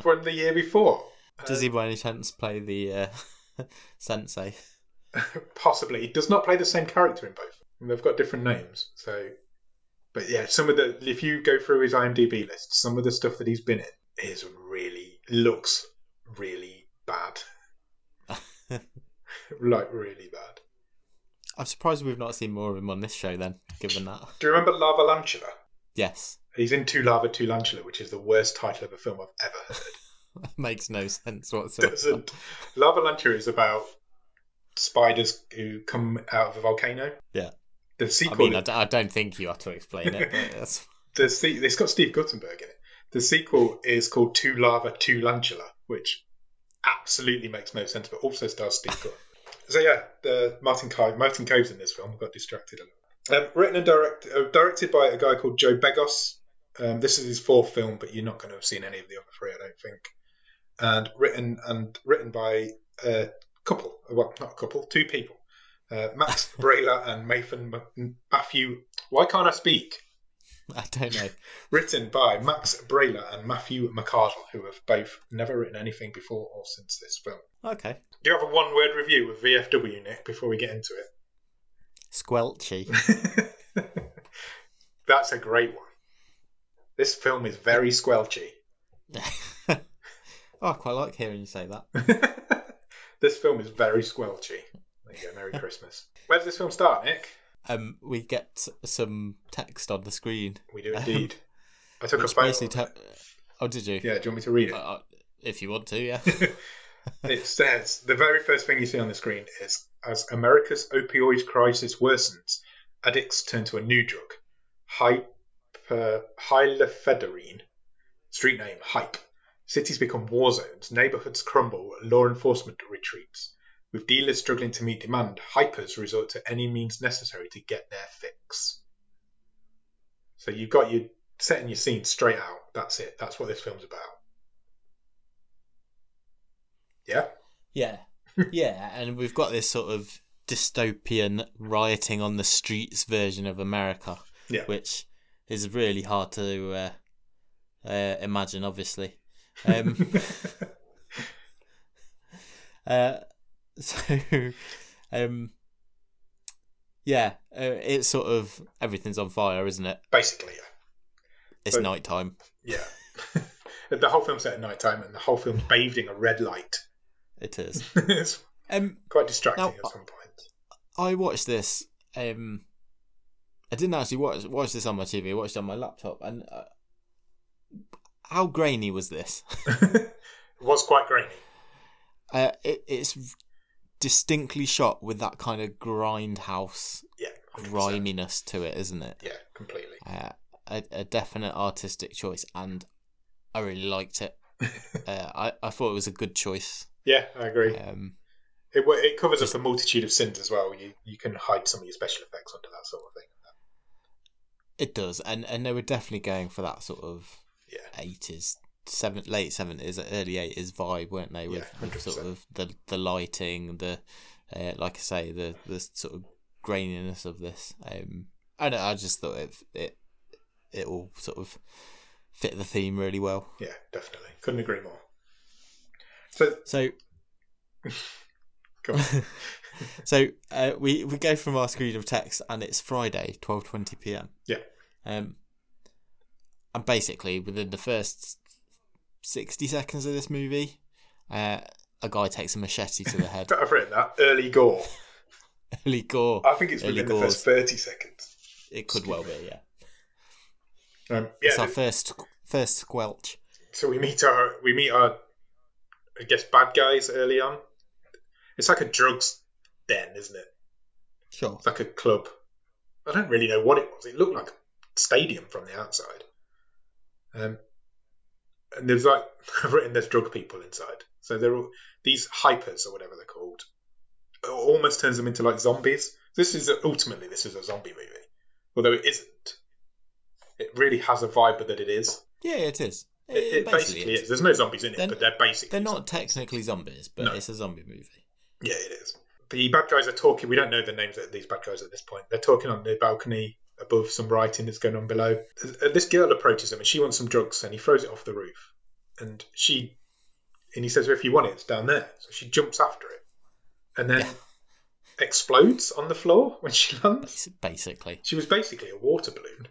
B: from the year before.
A: Does he by any chance play the uh, *laughs* sensei?
B: Possibly. He does not play the same character in both. And they've got different names. So, but yeah, some of the if you go through his IMDb list, some of the stuff that he's been in is really looks really
A: *laughs*
B: bad, like really bad.
A: I'm surprised we've not seen more of him on this show. Then, given that. *laughs*
B: Do you remember Lava Lantula?
A: Yes. *laughs*
B: He's in Two Lava, Two Lantula, which is the worst title of a film I've ever heard. *laughs*
A: That makes no sense whatsoever.
B: Doesn't. Lava Lantula is about spiders who come out of a volcano.
A: Yeah.
B: The
A: I
B: sequel
A: mean, I, d- I don't think you have to explain it. But
B: *laughs*
A: that's... *laughs*
B: the se- it's got Steve Guttenberg in it. The sequel is called Two Lava, Two Lantula, which absolutely makes no sense, but also stars Steve Guttenberg. so yeah, the Martin Cove, Martin Cove's in this film. I got distracted a lot. Um, written and direct, uh, directed by a guy called Joe Begos. Um, this is his fourth film, but you're not going to have seen any of the other three, I don't think. And written and written by a couple, well, not a couple, two people, uh, Max Brailer and Mathan M- Matthew. Why can't I speak?
A: I don't know.
B: Written by Max Brailer and Matthew McArdle, who have both never written anything before or since this film.
A: Okay.
B: Do you have a one-word review of VFW, Nick, before we get into it?
A: Squelchy.
B: That's a great one. This film is very squelchy. *laughs*
A: oh, I quite like hearing you say that.
B: this film is very squelchy. There you go, Merry Christmas. Where does this film start, Nick?
A: Um, we get s- some text on the screen.
B: We do
A: Um,
B: indeed. I took a
A: which
B: photo.
A: basically te- oh, did you?
B: yeah, do you want me to read it?
A: Uh, if you want
B: *laughs*
A: to, yeah.
B: it says the very first thing you see on the screen is as America's opioid crisis worsens, addicts turn to a new drug, hyper hylofederine. Street name hype. Cities become war zones, neighborhoods crumble, law enforcement retreats. With dealers struggling to meet demand, hypers resort to any means necessary to get their fix. So you've got your setting your scene straight out. That's it. That's what this film's about. Yeah.
A: yeah. Yeah, and we've got this sort of dystopian rioting on the streets version of America,
B: Yeah.
A: which is really hard to uh, uh, imagine, obviously. Um,
B: *laughs*
A: *laughs* Uh, so, um, yeah, uh, it's sort of everything's on fire, isn't it?
B: Basically,
A: It's
B: Oh.
A: night time.
B: yeah. *laughs* Yeah. the whole film's set at night time and the whole film's bathed in a red light. *laughs*
A: It is.
B: it's
A: Um,
B: quite distracting
A: Now,
B: at some point.
A: I watched this. Um, I didn't actually watch watch this on my TV. I watched it on my laptop. And uh, how grainy was this? *laughs*
B: *laughs* it was quite grainy.
A: Uh, it, it's distinctly shot with that kind of grindhouse
B: Yeah. 100%.
A: griminess to it, isn't it?
B: Yeah, completely.
A: uh, a, a definite artistic choice, and I really liked it. uh, I, I thought it was a good choice.
B: Yeah, I agree.
A: Um,
B: It, wa- it covers up a multitude of sins as well. You you can hide some of your special effects under that sort of thing.
A: it does, and, and they were definitely going for that sort of
B: Yeah,
A: eighties, seven late seventies, early eighties vibe, weren't they? With,
B: Yeah,
A: with
B: 100%.
A: sort of the the lighting, the uh, like I say, the the sort of graininess of this. Um, I don't know, I just thought it it it all sort of fit the theme really well.
B: yeah, definitely. Couldn't agree more. So
A: So,
B: Go
A: *laughs*
B: on.
A: so uh, we we go from our screen of text, and it's Friday, twelve twenty p.m.
B: Yeah.
A: Um, and basically, within the first sixty seconds of this movie, uh, a guy takes a machete to
B: *laughs*
A: the head.
B: I've written that early gore.
A: Early gore.
B: I think it's
A: Early
B: within the first thirty seconds.
A: It could well be. Yeah.
B: Um, yeah,
A: It's our
B: the-
A: first first squelch.
B: so we meet our we meet our I guess bad guys early on. It's like a drugs den, isn't it?
A: Sure.
B: It's like a club. I don't really know what it was. It looked like a stadium from the outside. Um, and there's like *laughs* I've written there's drug people inside. So they're all these hypers or whatever they're called. It almost turns them into like zombies. This is ultimately this is a zombie movie, although it isn't. It really has a vibe that it is.
A: Yeah, it is. It,
B: It, it basically, is. There's no zombies in it,
A: Then-
B: but they're basically
A: They're not technically zombies, but
B: No.
A: it's a zombie movie.
B: Yeah, it is. The bad guys are talking. We don't know the names of these bad guys at this point. They're talking on the balcony above some writing that's going on below. Uh, This girl approaches him and she wants some drugs and he throws it off the roof. And she, and he says, well, if you want it, it's down there. So she jumps after it and then
A: *laughs* Yeah.
B: explodes on the floor *laughs* when she lands.
A: Bas- Basically.
B: She was basically a water balloon.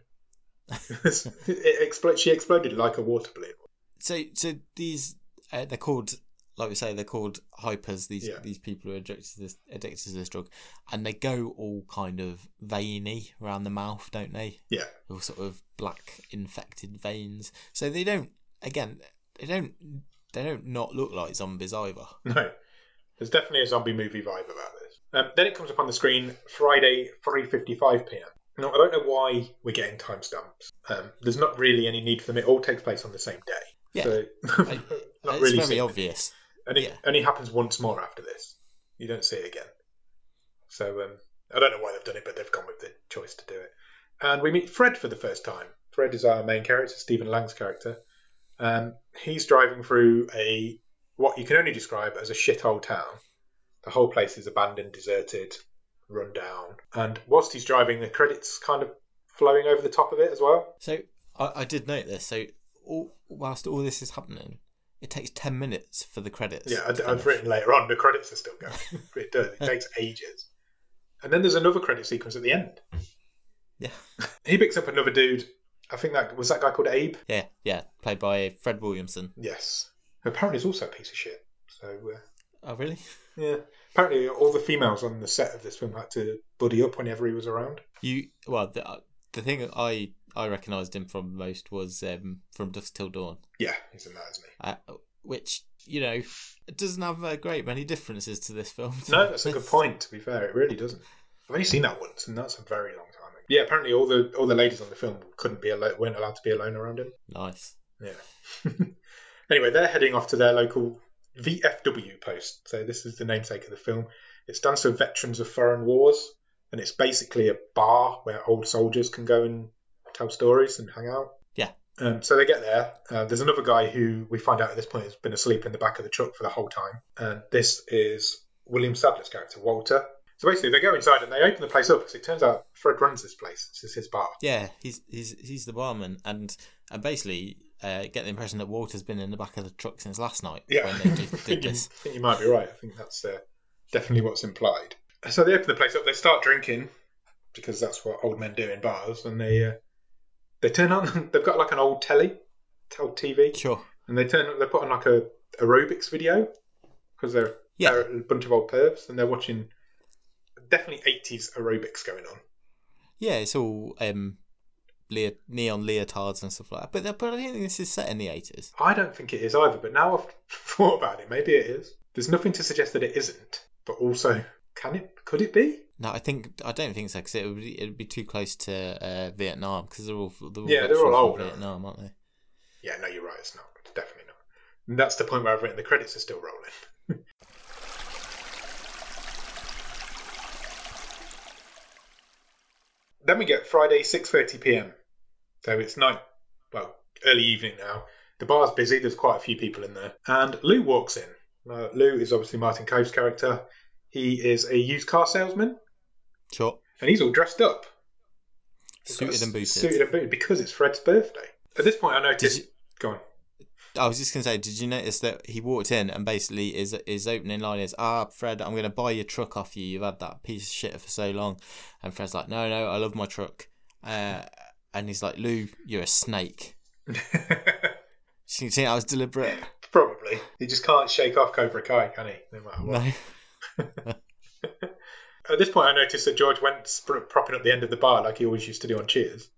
B: *laughs* it expl- she exploded like a water balloon.
A: so so these uh, they're called like we say they're called hypers these
B: Yeah.
A: these people who are addicted to this addicted to this drug and they go all kind of veiny around the mouth don't they
B: Yeah.
A: all sort of black infected veins so they don't again they don't they don't not look like zombies either
B: *laughs* No, there's definitely a zombie movie vibe about this. Um, then it comes up on the screen Friday, 3:55 p.m. Now I don't know why we're getting timestamps. Um, there's not really any need for them. It all takes place on the same day.
A: Yeah.
B: So, *laughs*
A: I-
B: not
A: it's
B: really.
A: very
B: seen.
A: obvious
B: And it
A: yeah.
B: only happens once more after this. You don't see it again. So um, I don't know why they've done it, but they've gone with the choice to do it. And we meet Fred for the first time. Fred is our main character, Stephen Lang's character. Um, he's driving through a what you can only describe as a shithole town. The whole place is abandoned, deserted, run down. And whilst he's driving, the credits kind of flowing over the top of it as well.
A: So I, I did note this. So all, whilst all this is happening, it takes ten minutes for the credits.
B: Yeah,
A: to
B: I, I've
A: finish.
B: written later on the credits are still going. it does. It takes ages. And then there's another credit sequence at the end.
A: Yeah.
B: He picks up another dude. I think that was that guy called Abe.
A: Yeah, yeah, played by Fred Williamson.
B: Yes. Who apparently is also a piece of shit. So uh,
A: Oh, really?
B: yeah. Apparently, all the females on the set of this film had to buddy up whenever he was around.
A: You well, the, uh, the thing I I recognised him from most was um, from Dusk Till Dawn,
B: Yeah, he's in that, isn't he?
A: uh, which you know doesn't have a great many differences to this film. to
B: No,
A: be
B: that's a good
A: honest.
B: point. To be fair, it really doesn't. I've only seen that once, and that's a very long time ago. Yeah, apparently all the all the ladies on the film couldn't be alone, weren't allowed to be alone around him.
A: *laughs* Nice.
B: Yeah. *laughs* anyway, they're heading off to their local VFW post. So this is the namesake of the film. It stands for Veterans of Foreign Wars, and it's basically a bar where old soldiers can go and tell stories and hang out.
A: Yeah.
B: Um, so they get there. Uh, there's another guy who we find out at this point has been asleep in the back of the truck for the whole time. And this is William Sadler's character, Walter. So basically, they go inside and they open the place up because it turns out Fred runs this place. This is his bar.
A: Yeah, he's he's he's the barman, and and basically uh, get the impression that Walter's been in the back of the truck since last night
B: Yeah,
A: when they
B: I *laughs*
A: did,
B: think
A: did
B: you-
A: this.
B: I think you might be right. I think that's uh, definitely what's implied. So they open the place up. They start drinking because that's what old men do in bars, and they uh, they turn on. *laughs* They've got like an old telly, old TV,
A: Sure.
B: and they turn. They put on like a aerobics video because they're,
A: Yeah.
B: they're a bunch of old pervs, and they're watching definitely eighties aerobics going on.
A: Yeah, it's all um, leo- neon leotards and stuff like that. But, the- but I don't think this is set in the eighties.
B: I don't think it is either, but now I've *laughs* thought about it, maybe it is. There's nothing to suggest that it isn't, but also, can it? Could it be?
A: No, I think I don't think so because it would be, it'd be too close to uh, Vietnam because they're all they're all
B: Yeah, they're
A: veterans
B: all
A: from
B: old now.
A: Vietnam, aren't they?
B: Yeah, no, you're right. It's not. It's definitely not. And that's the point where I've written the credits are still rolling. *laughs* then we get Friday, 6:30 p.m. So it's night, well, early evening now. The bar's busy. There's quite a few people in there, and Lou walks in. Now, Lou is obviously Martin Cove's character. He is a used car salesman,
A: Sure.
B: and he's all dressed up, He's got
A: Suited
B: a
A: and booted.
B: Suited and booted because it's Fred's birthday. At this point, I noticed.
A: you-
B: Go on.
A: I was just gonna say, did you notice that he walked in and basically his his opening line is, "Ah, Fred, I'm gonna buy your truck off you. You've had that piece of shit for so long," and Fred's like, "No, no, I love my truck," uh, and he's like, "Lou, you're a snake." *laughs* So you can see I was deliberate.
B: Probably. He just can't shake off Cobra Kai, can he? No matter what.
A: No. *laughs*
B: At this point, I noticed that George went sp- propping up the end of the bar like he always used to do on Cheers.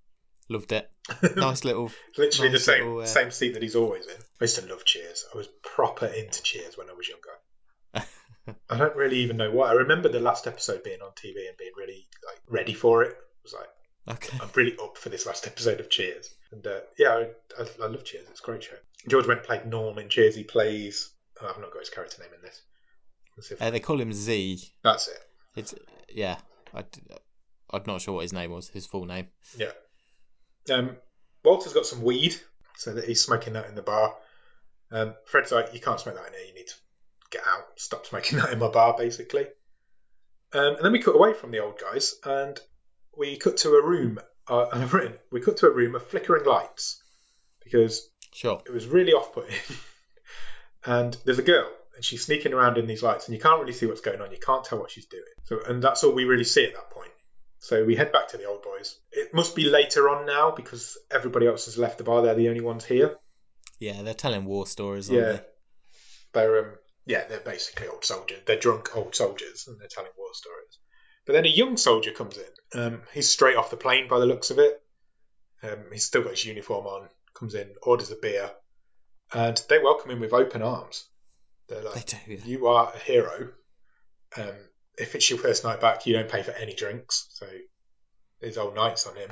A: Loved it. Nice little.
B: Literally
A: Nice
B: the same
A: little, uh,
B: same seat that he's always in. I used to love Cheers. I was proper into Cheers when I was younger. I don't really even know why. I remember the last episode being on TV and being really like ready for it. I was like,
A: Okay.
B: I'm really up for this last episode of Cheers. And uh, yeah, I, I, I love Cheers. It's a great show. George Went played Norm in Cheers. He plays. oh, I've not got his character name in this. Let's see if-
A: Uh, they call him Z.
B: That's it.
A: It's yeah. I, I'm not sure what his name was. His full name.
B: Yeah. Um, Walter's got some weed, so that he's smoking that in the bar. Um, Fred's like, you can't smoke that in here. You need to get out. Stop smoking *laughs* that in my bar, basically. Um, and then we cut away from the old guys, and we cut to a room. Uh, *laughs* and I've written, we cut to a room of flickering lights because
A: Sure.
B: it was really off-putting. *laughs* and there's a girl, and she's sneaking around in these lights, and you can't really see what's going on. You can't tell what she's doing. So, and that's all we really see at that point. So we head back to the old boys. It must be later on now because everybody else has left the bar. They're the only ones here.
A: Yeah, they're telling war stories. Aren't
B: Yeah, they're um, yeah, they're basically old soldiers. They're drunk old soldiers, and they're telling war stories. But then a young soldier comes in. Um, he's straight off the plane by the looks of it. Um, he's still got his uniform on. Comes in, orders a beer, and they welcome him with open arms. They're
A: they?
B: like,
A: They do.
B: "You are a hero. Um, if it's your first night back, you don't pay for any drinks." So there's old knights on him.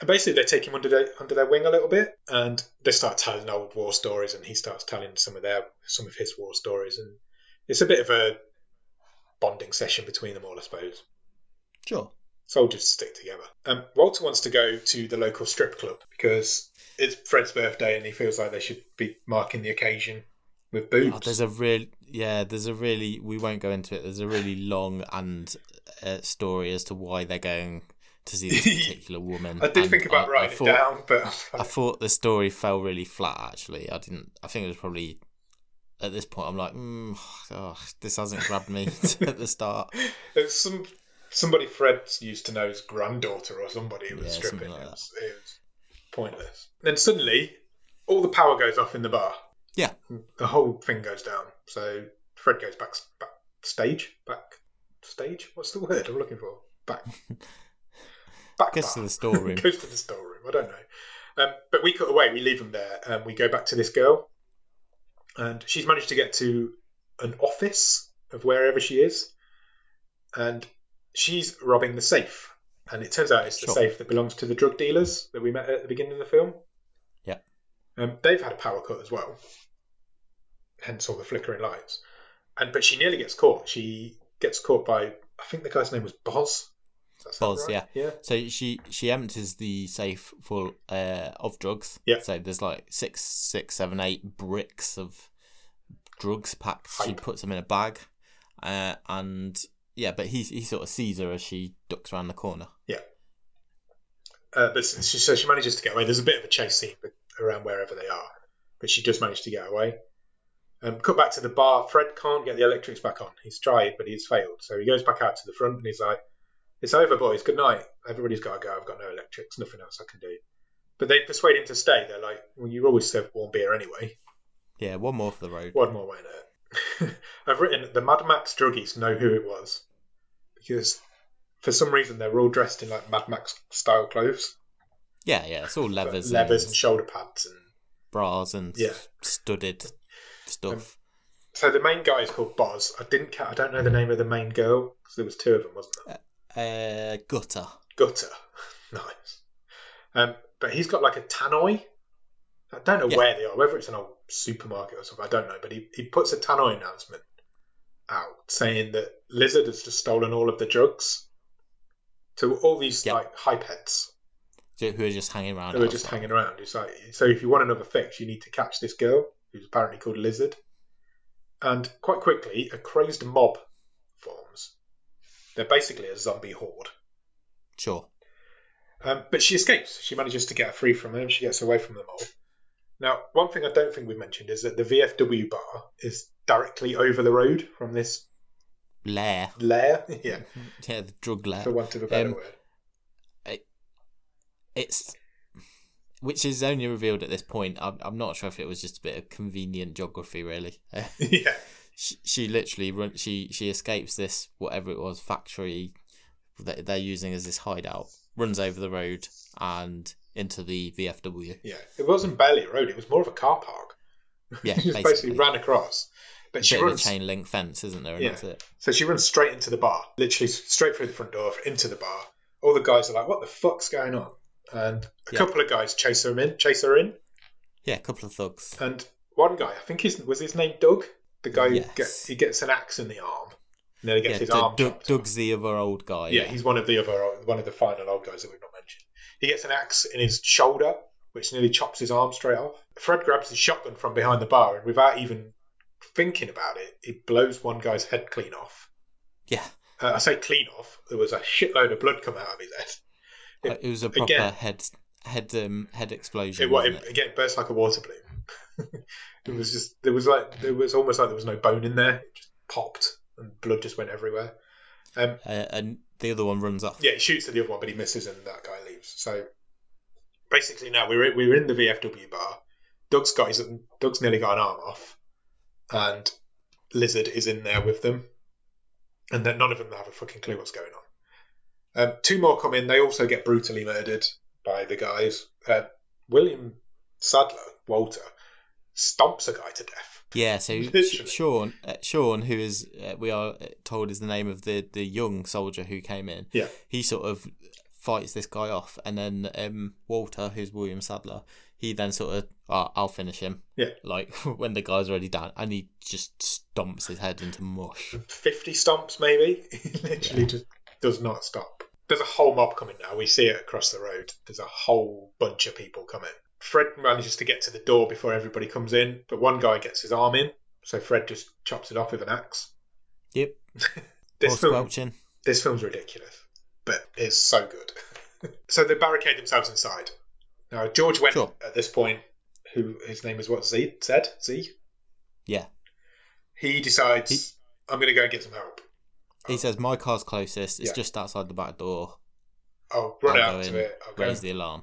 B: And basically, they take him under their under their wing a little bit, and they start telling old war stories, and he starts telling some of their some of his war stories, and it's a bit of a bonding session between them all, I suppose.
A: Sure.
B: Soldiers stick together. Um, Walter wants to go to the local strip club because it's Fred's birthday and he feels like they should be marking the occasion with boobs.
A: Oh, there's a real yeah. There's a really we won't go into it. There's a really long and uh, story as to why they're going to
B: *laughs*
A: see this particular woman.
B: I did
A: and
B: think about
A: I- I
B: writing
A: thought-
B: it down, but
A: I thought the story fell really flat. Actually, I didn't. I think it was probably at this point. I'm like, mm, *sighs* oh, this hasn't grabbed me *laughs* at the start.
B: *laughs* There's some somebody Fred used to know's granddaughter or somebody who was
A: Yeah,
B: stripping.
A: something like
B: it,
A: that.
B: was, it was pointless. Then suddenly, all the power goes off in the bar.
A: Yeah.
B: the whole thing goes down. So Fred goes back backstage, back stage. What's the word I'm looking for?
A: *laughs*
B: Back. back
A: Gets to
B: bar.
A: the storeroom.
B: *laughs* goes to the storeroom. I don't know. Um, but we cut away. We leave them there. Um, we go back to this girl, and she's managed to get to an office of wherever she is, and she's robbing the safe. And it turns out it's the
A: Sure.
B: safe that belongs to the drug dealers that we met at the beginning of the film.
A: Yeah.
B: Um, they've had a power cut as well, hence all the flickering lights. And but she nearly gets caught. She gets caught by I think the guy's name was Boz. Does that sound
A: Boz,
B: right? Yeah.
A: So she she empties the safe full uh, of drugs.
B: Yeah.
A: So there's like six, six, seven, eight bricks of drugs packed. She
B: Hype.
A: puts them in a bag, uh, and yeah, but he he sort of sees her as she ducks around the corner.
B: Uh, but s- she, so she manages to get away. There's a bit of a chase scene but around wherever they are, but she does manage to get away. Um, cut back to the bar. Fred can't get the electrics back on. He's tried, but he's failed. So he goes back out to the front and he's like, "It's over, boys. Good night. Everybody's got to go. I've got no electrics. Nothing else I can do." But they persuade him to stay. They're like, "Well, you always serve warm beer anyway.
A: Yeah, one more for the road.
B: One more way in it. *laughs* I've written the Mad Max druggies know who it was because for some reason they're all dressed in like Mad Max style clothes,
A: Yeah, yeah, it's all levers,
B: levers
A: and
B: and shoulder pads and
A: bras and
B: Yeah. Um,
A: studded stuff.
B: So the main guy is called Boz. I didn't. Ca- I don't know the name of the main girl because there was two of them, wasn't there?
A: Uh, gutter.
B: Gutter, *laughs* nice. Um, but he's got like a tannoy. I don't know
A: Yeah.
B: where they are. Whether it's an old supermarket or something, I don't know. But he, he puts a tannoy announcement out saying that Lizard has just stolen all of the drugs to all these
A: Yeah.
B: like hype heads
A: ju- Who are just hanging around?
B: who are just hanging around. He's like, so if you want another fix, you need to catch this girl who's apparently called Lizard. And quite quickly, a crazed mob forms. They're basically a zombie horde.
A: Sure.
B: Um, but she escapes. She manages to get free from them. She gets away from them all. Now, one thing I don't think we've mentioned is that the VFW bar is directly over the road from this
A: Lair. *laughs*
B: lair. *laughs* yeah,
A: Yeah, the drug lair.
B: for want of a better
A: Um,
B: word. *laughs*
A: it's which is only revealed at this point. I'm, I'm not sure if it was just a bit of convenient geography, really. *laughs*
B: yeah,
A: she, she literally run. She she escapes this whatever it was factory that they're using as this hideout. Runs over the road and into the
B: *laughs*
A: VFW.
B: yeah. It wasn't barely a road. It was more of a car park. *laughs*
A: Yeah,
B: she just
A: basically,
B: basically ran across. But she
A: bit of a
B: runs
A: chain link fence, isn't there? And
B: Yeah.
A: that's it.
B: So she runs straight into the bar, literally straight through the front door into the bar. All the guys are like, "What the fuck's going on?" And a
A: Yeah.
B: couple of guys chase her in, chase her in,
A: Yeah, a couple of thugs.
B: and one guy, I think his was his name Doug, the guy who
A: Yes.
B: gets he gets an axe in the arm, and then he gets
A: yeah,
B: his
A: Doug-
B: arm
A: Doug-
B: chopped off.
A: Doug's the other old guy.
B: Yeah, he's one of the other one of the final old guys that we've not mentioned. He gets an axe in his shoulder, which nearly chops his arm straight off. Fred grabs his shotgun from behind the bar, and without even thinking about it, he blows one guy's head clean off.
A: yeah.
B: Uh, I say clean off. There was a shitload of blood come out of his head.
A: Uh, It was a proper
B: again-
A: head head um, head explosion.
B: It, wa-
A: wasn't
B: it, again, it burst like a water balloon. *laughs* it was just there was like there was almost like there was no bone in there. It just popped and blood just went everywhere. Um,
A: Uh, and the other one runs off.
B: yeah, he shoots at the other one, but he misses, and that guy leaves. So basically, now we're we're in the VFW bar. Doug's got his Doug's nearly got an arm off, and Lizard is in there with them, and then none of them have a fucking clue what's going on. Um, two more come in. They also get brutally murdered by the guys. Uh, William Sadler Walter stomps a guy to death. *laughs*
A: Yeah, so
B: Literally.
A: Sh- Sean, uh, Sean, who is uh, we are told is the name of the the young soldier who came in.
B: Yeah.
A: he sort of fights this guy off, and then um, Walter, who's William Sadler, he then sort of "Ah, I'll finish him.
B: Yeah.
A: like *laughs* when the guy's already down, and he just stomps his head into mush. *laughs*
B: Fifty stomps, maybe. He Literally, just does not stop. There's a whole mob coming now. We see it across the road. There's a whole bunch of people coming. Fred manages to get to the door before everybody comes in, but one guy gets his arm in, so Fred just chops it off with an axe.
A: Yep. Or
B: This film,
A: squelching.
B: this film's ridiculous, but it's so good. *laughs* so they barricade themselves inside. Now George went
A: Sure.
B: at this point, who his name is what Z Z Z.
A: Yeah.
B: He decides I'm going to go and get some help.
A: He says, My car's closest. It's
B: Yeah.
A: just outside the back door.
B: I'll run
A: I'll
B: out
A: go
B: to
A: in,
B: it. I'll go
A: Raise
B: and
A: the alarm.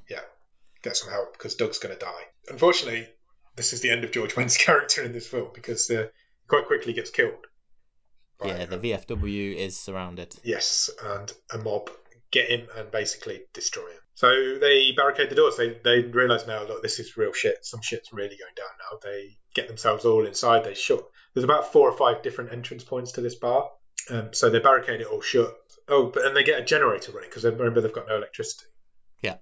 B: get some help because Doug's going to die. Unfortunately, this is the end of George Wendt's *laughs* character in this film because uh, he quite quickly gets killed. by,
A: yeah, the
B: uh,
A: VFW is surrounded.
B: Yes, and a mob get him and basically destroy him. So they barricade the doors. They they realise now, look, this is real shit. Some shit's really going down now. They get themselves all inside. They shut. There's about four or five different entrance points to this bar. Um, so they barricade it all shut. Oh, but and they get a generator running because remember they've got no electricity.
A: Yeah.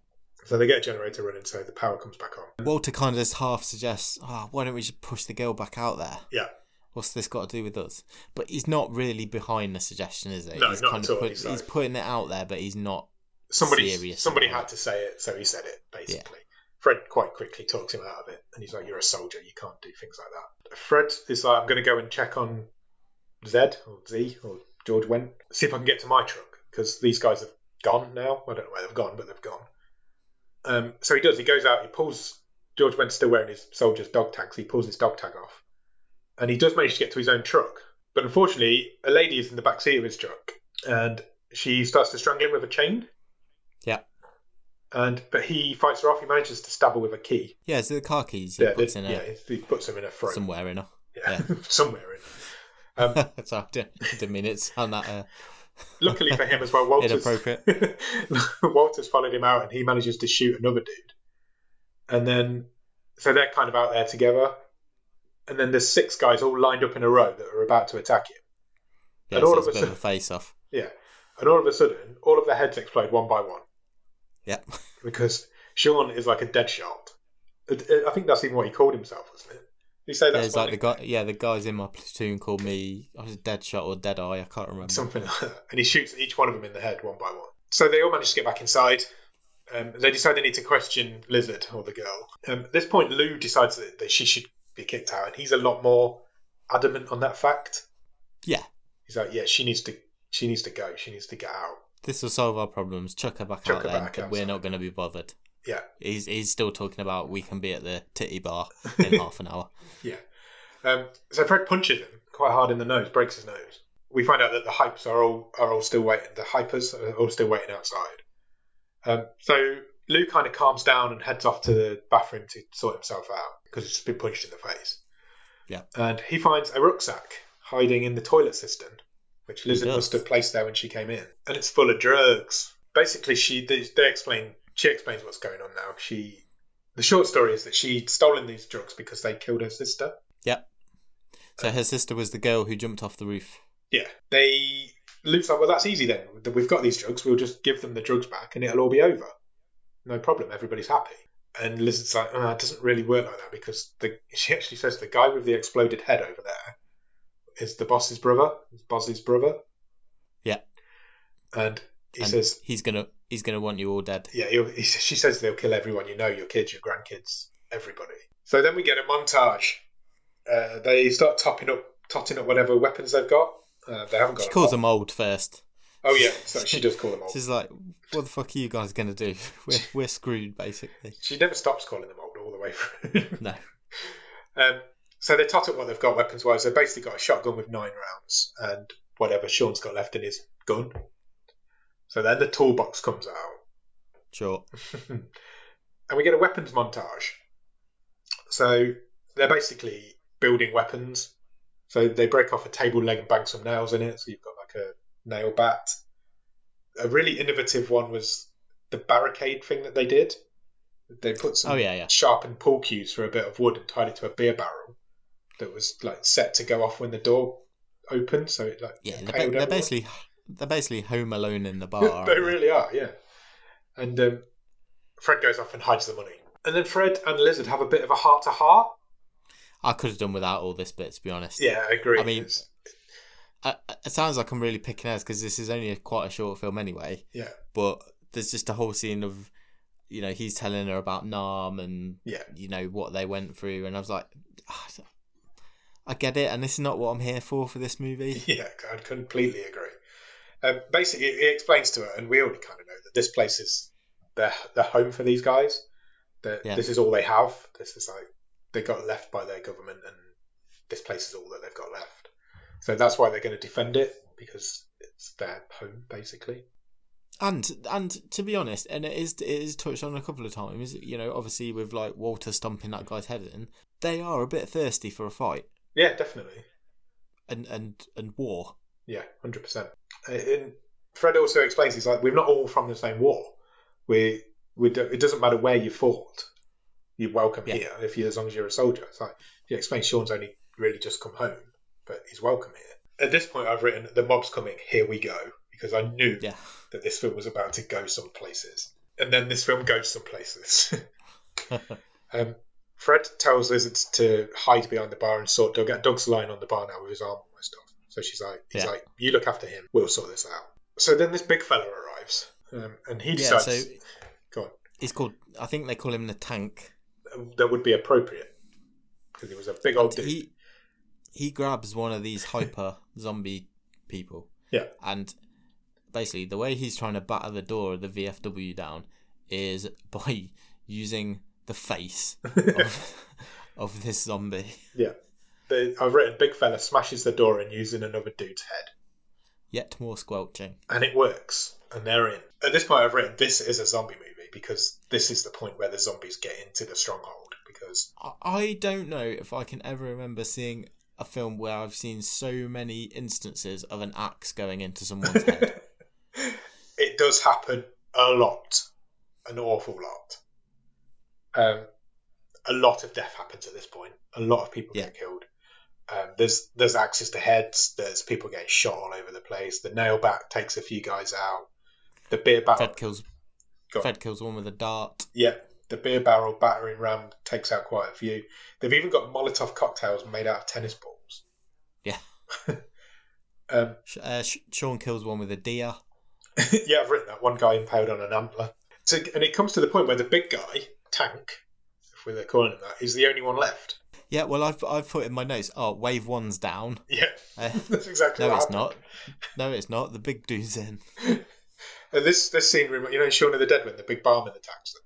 B: So they get a generator running, so the power comes back on.
A: Walter kind of just half suggests, oh, why don't we just push the girl back out there?
B: Yeah.
A: What's this got to do with us? But he's not really behind the suggestion, is he?
B: No,
A: he's
B: not
A: kind
B: at
A: of
B: all,
A: put,
B: he's
A: he's,
B: like-
A: putting it out there, but he's not.
B: somebody
A: serious
B: somebody
A: about
B: had
A: it.
B: to say it, so he said it basically. Fred quite quickly talks him out of it, and he's like, "You're a soldier. You can't do things like that." Fred is like, "I'm going to go and check on Zed or Z or George Went, see if I can get to my truck because these guys have gone now. I don't know where they've gone, but they've gone." Um, so he does. He goes out. He pulls George Went's still wearing his soldier's dog tag, so he pulls his dog tag off, and he does manage to get to his own truck. But unfortunately, a lady is in the back seat of his truck, and she starts to strangle him with a chain and but he fights her off. He manages to stab her with a key.
A: Yeah, so the car keys he puts
B: this-
A: in a,
B: yeah, he puts him in a throat
A: somewhere in her.
B: yeah, *laughs* somewhere. In. Um,
A: *laughs* Sorry, I
B: *laughs*
A: didn't, didn't mean it to sound that uh,
B: luckily for him as
A: *laughs*
B: well, Walters
A: inappropriate.
B: *laughs* Walters followed him out, and he manages to shoot another dude. And then, so they're kind of out there together. And then there's six guys all lined up in a row that are about to attack him.
A: Yeah,
B: And all
A: so
B: of
A: it's a
B: a
A: bit of a
B: sudden-
A: face off.
B: Yeah, and all of a sudden, all of their heads explode one by one.
A: Yep.
B: because Sean is like a dead shot. I I think that's even what he called himself, wasn't it? You say
A: Yeah,
B: *laughs* that's
A: it's like the guy. Yeah, the guys in my platoon called me. I was dead shot or dead eye. I can't remember.
B: something like that. And he shoots each one of them in the head one by one. So they all manage to get back inside. Um, they decide they need to question Lizard or the girl. Um, at this point, Lou decides that, that she should be kicked out, and he's a lot more adamant on that fact.
A: Yeah,
B: He's like, "Yeah, she needs to, she needs to go. She needs to get out."
A: this will solve our problems. Chuck her back
B: Chuck
A: out
B: her
A: there.
B: back
A: and We're
B: outside.
A: not going to be bothered.
B: Yeah,
A: He's he's still talking about we can be at the titty
B: *laughs*
A: bar in half an hour.
B: Yeah. Um, so Fred punches him quite hard in the nose, breaks his nose. We find out that the hypes are all are all still waiting. The hypers are all still waiting outside. Um, so Lou kind of calms down and heads off to the bathroom to sort himself out because he's just been punched in the face.
A: Yeah.
B: And he finds a rucksack hiding in the toilet cistern, which Lizard
A: does.
B: must have placed there when she came in, and it's full of drugs. Basically, she they, they explain she explains what's going on now. She the short story is that she'd stolen these drugs because they killed her sister.
A: So her sister was the girl who jumped off the roof.
B: Yeah. They Luke's like, well, that's easy then. We've got these drugs. We'll just give them the drugs back, and it'll all be over. No problem. Everybody's happy. And Lizard's like, oh, it doesn't really work like that because the *laughs* she actually says the guy with the exploded head over there is the boss's brother. Is Bozzy's brother.
A: Yeah.
B: And he
A: and
B: says,
A: he's gonna he's gonna want you all dead.
B: yeah, he'll, he, says- she says they'll kill everyone you know, your kids, your grandkids, everybody. So then we get a montage. Uh, they start topping up, totting up whatever weapons they've got. Uh, they haven't got.
A: She
B: a
A: calls
B: lot.
A: them old first.
B: Oh yeah, so she does call them old.
A: She's like, "What the fuck are you guys gonna do? *laughs* We're we're screwed basically."
B: She never stops calling them old all the way through. *laughs*
A: No.
B: um, so they tot up what they've got weapons wise. They've basically got a shotgun with nine rounds and whatever Sean's got left in his gun. So then the toolbox comes out.
A: Sure.
B: *laughs* and we get a weapons montage. So they're basically building weapons. So they break off a table leg and bang some nails in it. So you've got like a nail bat. A really innovative one was the barricade thing that they did. They put some
A: Oh yeah, yeah.
B: sharpened pull cues for a bit of wood and tied it to a beer barrel that was like set to go off when the door opened. So it like
A: Yeah,
B: impaled
A: they're, ba- they're
B: everyone.
A: basically they're basically home
B: *laughs*
A: alone in the bar. aren't
B: they
A: they?
B: really are, yeah. And um, Fred goes off and hides the money. And then Fred and Lizard have a bit of a heart to heart.
A: I could have done without all this bit, to be honest.
B: Yeah, I agree.
A: I mean, I, I- it sounds like I'm really picking out because this is only a, quite a short film anyway.
B: Yeah. *laughs*
A: But there's just a whole scene of, you know, he's telling her about Nam and
B: Yeah.
A: you know what they went through, and I was like, "Ah, I get it, and this is not what I'm here for for this movie.
B: *laughs* Yeah, I completely agree. Uh, basically, it explains to her, and we already kind of know that this place is their their home for these guys. That
A: Yeah.
B: this is all they have. This is like they got left by their government, and this place is all that they've got left. So that's why they're going to defend it because it's their home, basically.
A: And and to be honest, and it is it is touched on a couple of times. You know, obviously with like Walter stomping that guy's head in, they are a bit thirsty for a fight
B: Yeah, definitely.
A: and and and
B: *laughs*
A: war.
B: Yeah, hundred percent. And Fred also explains he's like, we're not all from the same war. We we do, it doesn't matter where you fought, you're welcome
A: Yeah.
B: here if you as long as you're a soldier. It's like he explains Sean's only really just come home, but he's welcome here. At this point, I've written the mob's coming. Here we go because I knew
A: Yeah,
B: that this film was about to go some places, and then this film goes some
A: *laughs*
B: places. *laughs* um, Fred tells Lizards to hide behind the bar and sort Doug out. Doug's lying on the bar now with his arm almost off. So she's like, he's
A: Yeah.
B: like, you look after him. We'll sort this out. So then this big fella arrives, um, and he
A: yeah.
B: decides
A: So
B: Go
A: it's called. I think they call him the tank.
B: that would be appropriate because he was a big old dude.
A: He he grabs one of these
B: *laughs*
A: hyper zombie people.
B: Yeah.
A: And basically, the way he's trying to batter the door of the VFW down is *laughs* by using the face
B: *laughs*
A: of, *laughs* of this zombie.
B: The- I've written big fella smashes the door in using another dude's head.
A: Yet more squelching.
B: and it works, and they're in. At this point, I've written this is a zombie movie because this is the point where the zombies get into the stronghold. Because
A: I, I don't know if I can ever remember seeing a film where I've seen so many instances of an axe going into someone's head.
B: *laughs* it does happen a lot, an awful lot. Um, a lot of death happens at this point. A lot of people get killed. Um, there's there's axes to heads. There's people getting shot all over the place. The nailback takes a few guys out. The beer battle.
A: Fred kills.
B: Go on.
A: Fred kills one with a dart.
B: Yeah, the beer barrel battering ram takes out quite a few. They've even got Molotov cocktails made out of tennis balls.
A: Yeah.
B: *laughs* um, *laughs*
A: Sh- Uh, Sh- Sean kills one with a deer.
B: yeah, I've written that one guy impaled on an antler. So, and it comes to the point where the big guy, Tank, if we're calling him that, is the only one left.
A: Yeah, well, I've I've put in my notes. Oh, wave one's down. *laughs*
B: Yeah, *laughs*
A: Uh,
B: that's exactly
A: no,
B: what
A: it's
B: happened.
A: not. No, it's not. The big dude's in.
B: And this this scene, remi- you know, in Shaun of the Dead when the big barman attacks them.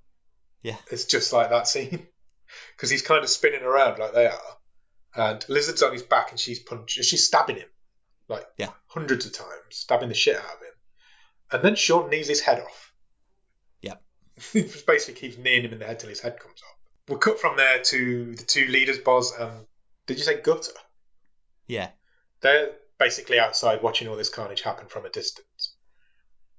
A: Yeah.
B: it's just like that scene *laughs* because he's kind of spinning around like they are, and Lizard's on his back and she's punching, she's stabbing him like
A: Yeah.
B: hundreds of times, stabbing the shit out of him, and then Sean knees his head off.
A: Yep.
B: *laughs* he just basically keeps kneeing him in the head till his head comes off. We'll cut from there to the two leaders, Boz and did you say Gutter?
A: Yeah,
B: They're basically outside watching all this carnage happen from a distance.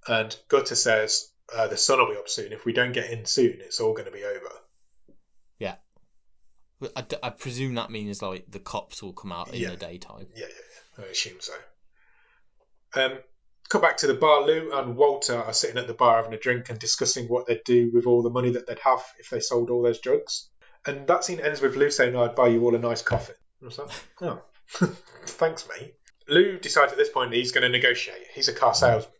B: And Gutter says, uh, the sun will be up soon. If we don't get in soon, it's all going to be over.
A: Well, I, d- I presume that means like the cops will come out in
B: Yeah.
A: the daytime.
B: Yeah, yeah, yeah. I assume so. Um, cut back to the bar. Lou and Walter are sitting at the bar having a drink and discussing what they'd do with all the money that they'd have if they sold all those drugs. And that scene ends with Lou saying, I'd buy you all a nice coffin. I was like, oh, *laughs* thanks, mate. Lou decides at this point that he's going to negotiate. He's a car salesman.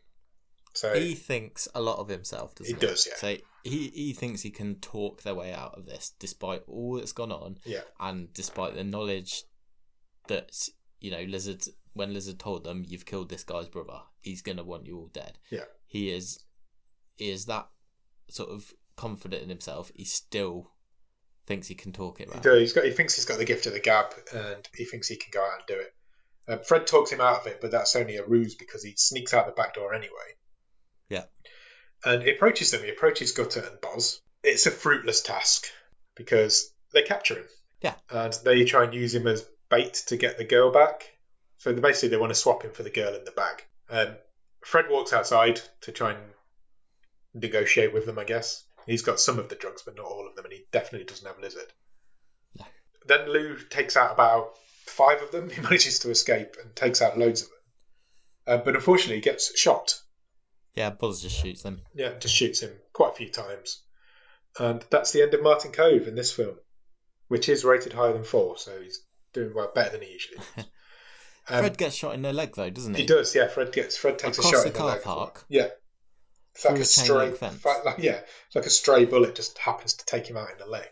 B: So
A: He thinks a lot of himself, doesn't
B: He
A: he?
B: does, yeah.
A: So he, he thinks he can talk their way out of this, despite all that's gone on,
B: Yeah.
A: and despite the knowledge that you know Lizard. When Lizard told them, "You've killed this guy's brother. He's gonna want you all dead."
B: Yeah.
A: He is, he is that sort of confident in himself. He still thinks he can talk it
B: He
A: round.
B: does. He's got. He thinks he's got the gift of the gab, and he thinks he can go out and do it. Um, Fred talks him out of it, but that's only a ruse because he sneaks out the back door anyway.
A: Yeah.
B: And he approaches them. He approaches Gutter and Boz. It's a fruitless task because they capture him.
A: Yeah.
B: And they try and use him as bait to get the girl back. So they- basically, they want to swap him for the girl in the bag. Um, Fred walks outside to try and negotiate with them. I guess he's got some of the drugs, but not all of them, and he definitely doesn't have lizard. Then Lou takes out about five of them. *laughs* He manages to escape and takes out loads of them. Uh, but unfortunately, he gets shot.
A: Yeah, Buzz just shoots them.
B: Yeah, just shoots him quite a few times. And that's the end of Martin Cove in
A: *laughs*
B: this film, which is rated higher than four, so he's doing well better than he usually. does. Um,
A: Fred gets shot in the leg though, doesn't he?
B: he does, yeah. Fred gets Fred takes
A: Across
B: a shot
A: the
B: in
A: car
B: leg as well.
A: park?
B: Yeah, it's like a
A: Through a chain
B: stray,
A: link fence?
B: like, like- yeah, it's like a stray bullet just happens to take him out in the leg.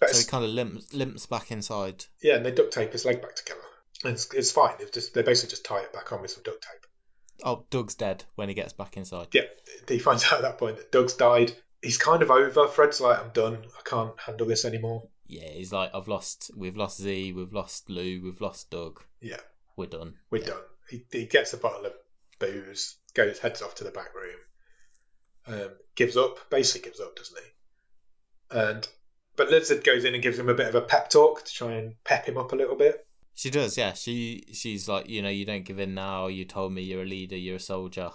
B: But
A: So he
B: it's,
A: kind of limps limps back inside.
B: yeah, and they duct tape his leg back together. And It's, it's fine. It's just, they basically just tie it back on with some duct tape.
A: Oh, Doug's dead when he gets back inside.
B: Yeah, he finds *laughs* out at that point that Doug's died. He's kind of over. Fred's like, I'm done. I can't handle this anymore.
A: Yeah, he's like, I've lost. We've lost Z. We've lost Lou. We've lost Doug.
B: Yeah.
A: We're done.
B: We're
A: Yeah.
B: done. He, he gets a bottle of booze, goes heads off to the back room, um, gives up, basically gives up, doesn't he? And but Lizard goes in and gives him a bit of a pep talk to try and pep him up a little bit.
A: She does, yeah. She she's like, you know, you don't give in now. You told me you're a leader. You're a soldier.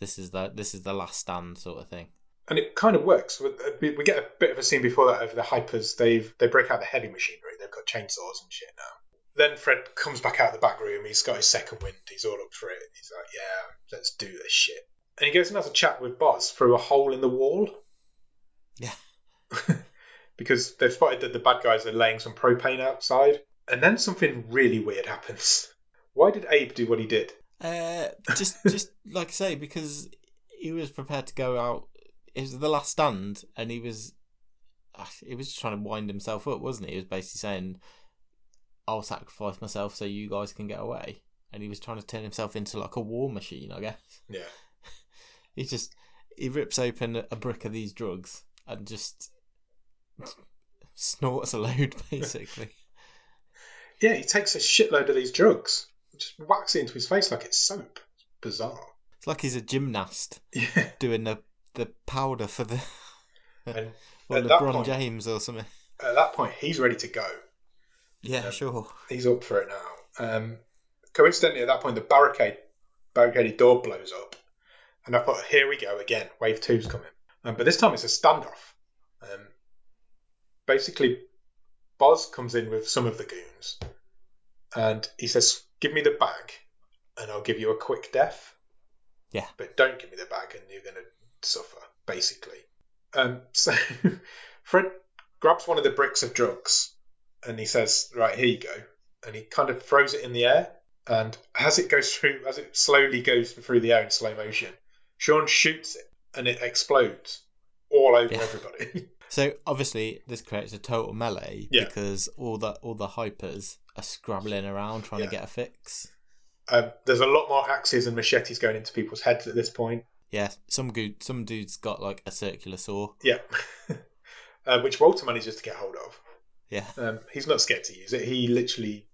A: This is the this is the last stand sort of thing.
B: And it kind of works. We we get a bit of a scene before that of the hypers. They've they break out the heavy machinery. They've got chainsaws and shit now. Then Fred comes back out the back room. He's got his second wind. He's all up for it. He's like, "Yeah, let's do this shit." And he goes and has a chat with Boz through a hole in the wall.
A: Yeah.
B: *laughs* because they've spotted that the bad guys are laying some propane outside. And then something really weird happens. Why did Abe do what he did?
A: Uh, just just like I say, because he was prepared to go out. It was the last stand, and he was ah, he was just trying to wind himself up, wasn't he? He was basically saying, "I'll sacrifice myself so you guys can get away." And he was trying to turn himself into like a war machine, I guess.
B: Yeah.
A: He just he rips open a brick of these drugs and just snorts a load, *laughs* basically.
B: Yeah, he takes a shitload of these drugs, just whacks it into his face like it's soap. It's bizarre.
A: it's like he's a gymnast
B: Yeah.
A: doing the the powder for the *laughs*
B: And
A: or
B: At that
A: LeBron
B: point-
A: James or something.
B: at that point, he's ready to go.
A: Yeah,
B: Um,
A: sure.
B: He's up for it now. Um, coincidentally, at that point, the barricade barricaded door blows up, and I thought, here we go again. Wave two's coming, um, but this time it's a standoff. Um, basically, Boz comes in with some of the goons, and he says, "Give me the bag, and I'll give you a quick death."
A: Yeah.
B: But don't give me the bag, and you're going to suffer, basically. Um, *laughs* so Fred grabs one of the bricks of drugs, and he says, "Right, here you go." and he kind of throws it in the air. And as it goes through, as it slowly goes through the air in slow motion, Sean shoots it and it explodes all over
A: Yeah.
B: everybody. *laughs*
A: So obviously this creates a total melee
B: Yeah.
A: because all the all the hypers are scrabbling around trying
B: Yeah.
A: to get a fix.
B: um, there's a lot more axes and machetes going into people's heads at this point.
A: Yeah, some good some dude's got like a circular saw.
B: Yeah. *laughs* uh, which Walter manages to get hold of.
A: Yeah.
B: Um, he's not scared to use it. He literally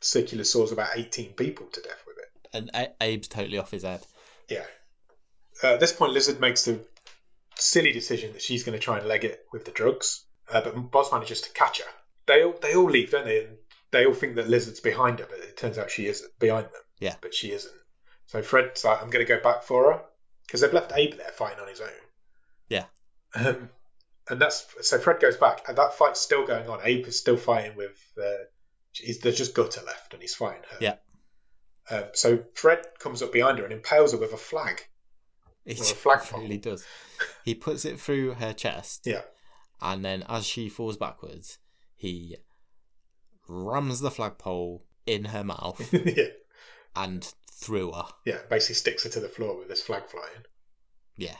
B: circular saws about 18 people to death with it.
A: And a- Abe's totally off his head.
B: Yeah. Uh, at this point, Lizard makes the silly decision that she's going to try and leg it with the drugs, uh, but Boz manages to catch her. They all they all leave, don't they? And they all think that Lizard's behind her, but it turns out she is behind them.
A: Yeah.
B: But she isn't. So Fred's like, "I'm going to go back for her," because they've left Abe there fighting on his own.
A: Yeah.
B: Um, and that's so Fred goes back, and that fight's still going on. Abe is still fighting with. Uh, he's, there's just Gutter left, and he's fighting her.
A: Yeah.
B: Um, so Fred comes up behind her and impales her with a flag.
A: He
B: Well, a
A: *laughs*
B: flag pole.
A: really does. He puts it through her chest.
B: Yeah. *laughs*
A: And then as she falls backwards, he rams the flagpole in her
B: *laughs*
A: mouth
B: yeah,
A: and through her.
B: yeah. Basically sticks her to the floor with this flag flying.
A: Yeah.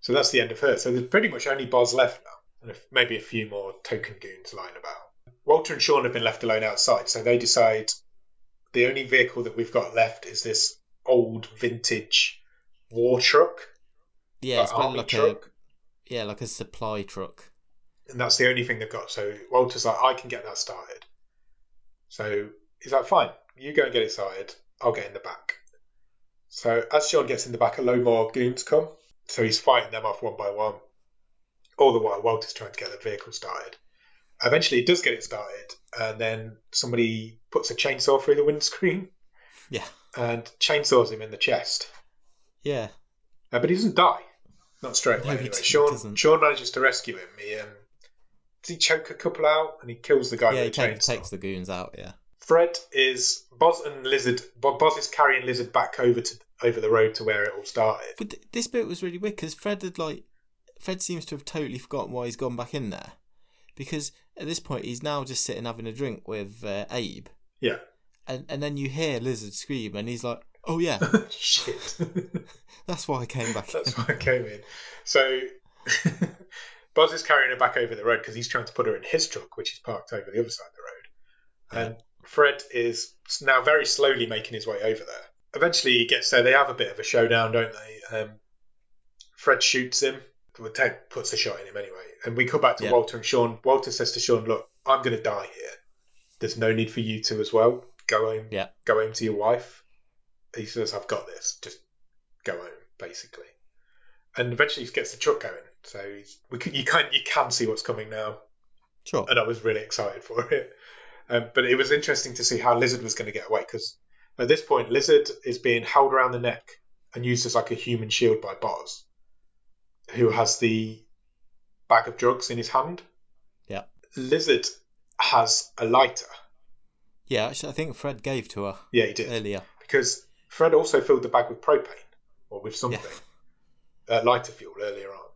B: So that's the end of her. So there's pretty much only Boz left now, and if, maybe a few more token goons lying about. Walter and Sean have been left alone outside, so they decide the only vehicle that we've got left is this old vintage war truck,
A: Yeah, it's
B: uh,
A: got
B: army
A: like a
B: truck,
A: yeah, like a supply
B: *laughs*
A: truck.
B: and that's the only thing they've got. So Walter's like, I can get that started. So he's like, fine, you go and get it started. I'll get in the back. So as Sean gets in the back, a load more goons come. So he's fighting them off one by one. All the while, Walter's trying to get the vehicle started. Eventually, he does get it started, and then somebody puts a chainsaw through the windscreen
A: Yeah.
B: and chainsaws him in the chest.
A: Yeah.
B: Uh, but he doesn't die. Not straight away.
A: No, he
B: anyway.
A: d- he
B: Sean,
A: doesn't.
B: Sean manages to rescue him. He, um, does he choke a couple out and he kills the guy
A: yeah, he
B: with the
A: take,
B: chainsaw?
A: takes the goons out, yeah.
B: Fred is Boz and Lizard. Bo- Boz is carrying Lizard back over to over the road to where it all started.
A: But th- this bit was really weird because Fred had like Fred seems to have totally forgotten why he's gone back in there, because at this point he's now just sitting having a drink with uh, Abe.
B: Yeah. *laughs*
A: and and then you hear Lizard scream, and he's like, "Oh
B: *laughs*
A: yeah,
B: Shit.
A: that's why I came
B: *laughs*
A: back."
B: That's why I came in. So *laughs* Boz is carrying her back over the road because he's trying to put her in his truck, which is parked over the other side of the road. And Fred is now very slowly making his way over there. Eventually, he gets there. They have a bit of a showdown, don't they? Um, Fred shoots him. Well, Ted puts a shot in him anyway. And we come back to
A: Yeah.
B: Walter and Sean. Walter says to Sean, "Look, I'm going to die here. There's no need for you to as well. Go home.
A: Yeah.
B: Go home to your wife." He says, "I've got this. Just go home, basically." And eventually, he gets the truck going. So he's, we can, you can you can see what's coming now
A: Sure.
B: and I was really excited for it. Um, but it was interesting to see how Lizard was going to get away because at this point, Lizard is being held around the neck and used as like a human shield by Boz, who has the bag of drugs in his hand.
A: Yeah.
B: Lizard has a lighter.
A: Yeah, actually, I think Fred gave to her
B: Yeah, he did.
A: earlier.
B: because Fred also filled the bag with propane or with something, uh, lighter fuel earlier on.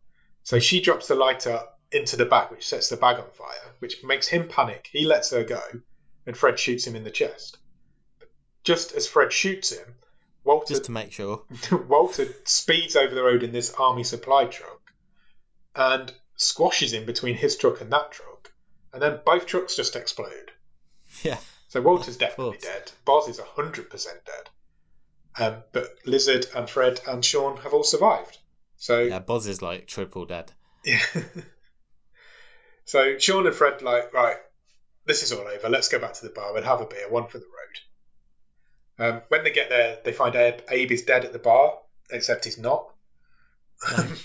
B: So she drops the lighter into the bag, which sets the bag on fire, which makes him panic. He lets her go, and Fred shoots him in the chest. Just as Fred shoots him, Walter
A: Just to make sure.
B: *laughs*
A: *laughs*
B: Walter speeds over the road in this army supply truck and squashes him between his truck and that truck, and then both trucks just explode.
A: Yeah.
B: So Walter's definitely
A: course.
B: dead. Boz is 100% dead. Um, but Lizard and Fred and Sean have all survived. So,
A: Yeah, Boz is like triple dead.
B: *laughs* so Sean and Fred, like, right, this is all over. Let's go back to the bar and have a beer, one for the road. Um, when they get there, they find Abe, Abe is dead at the bar, except he's not.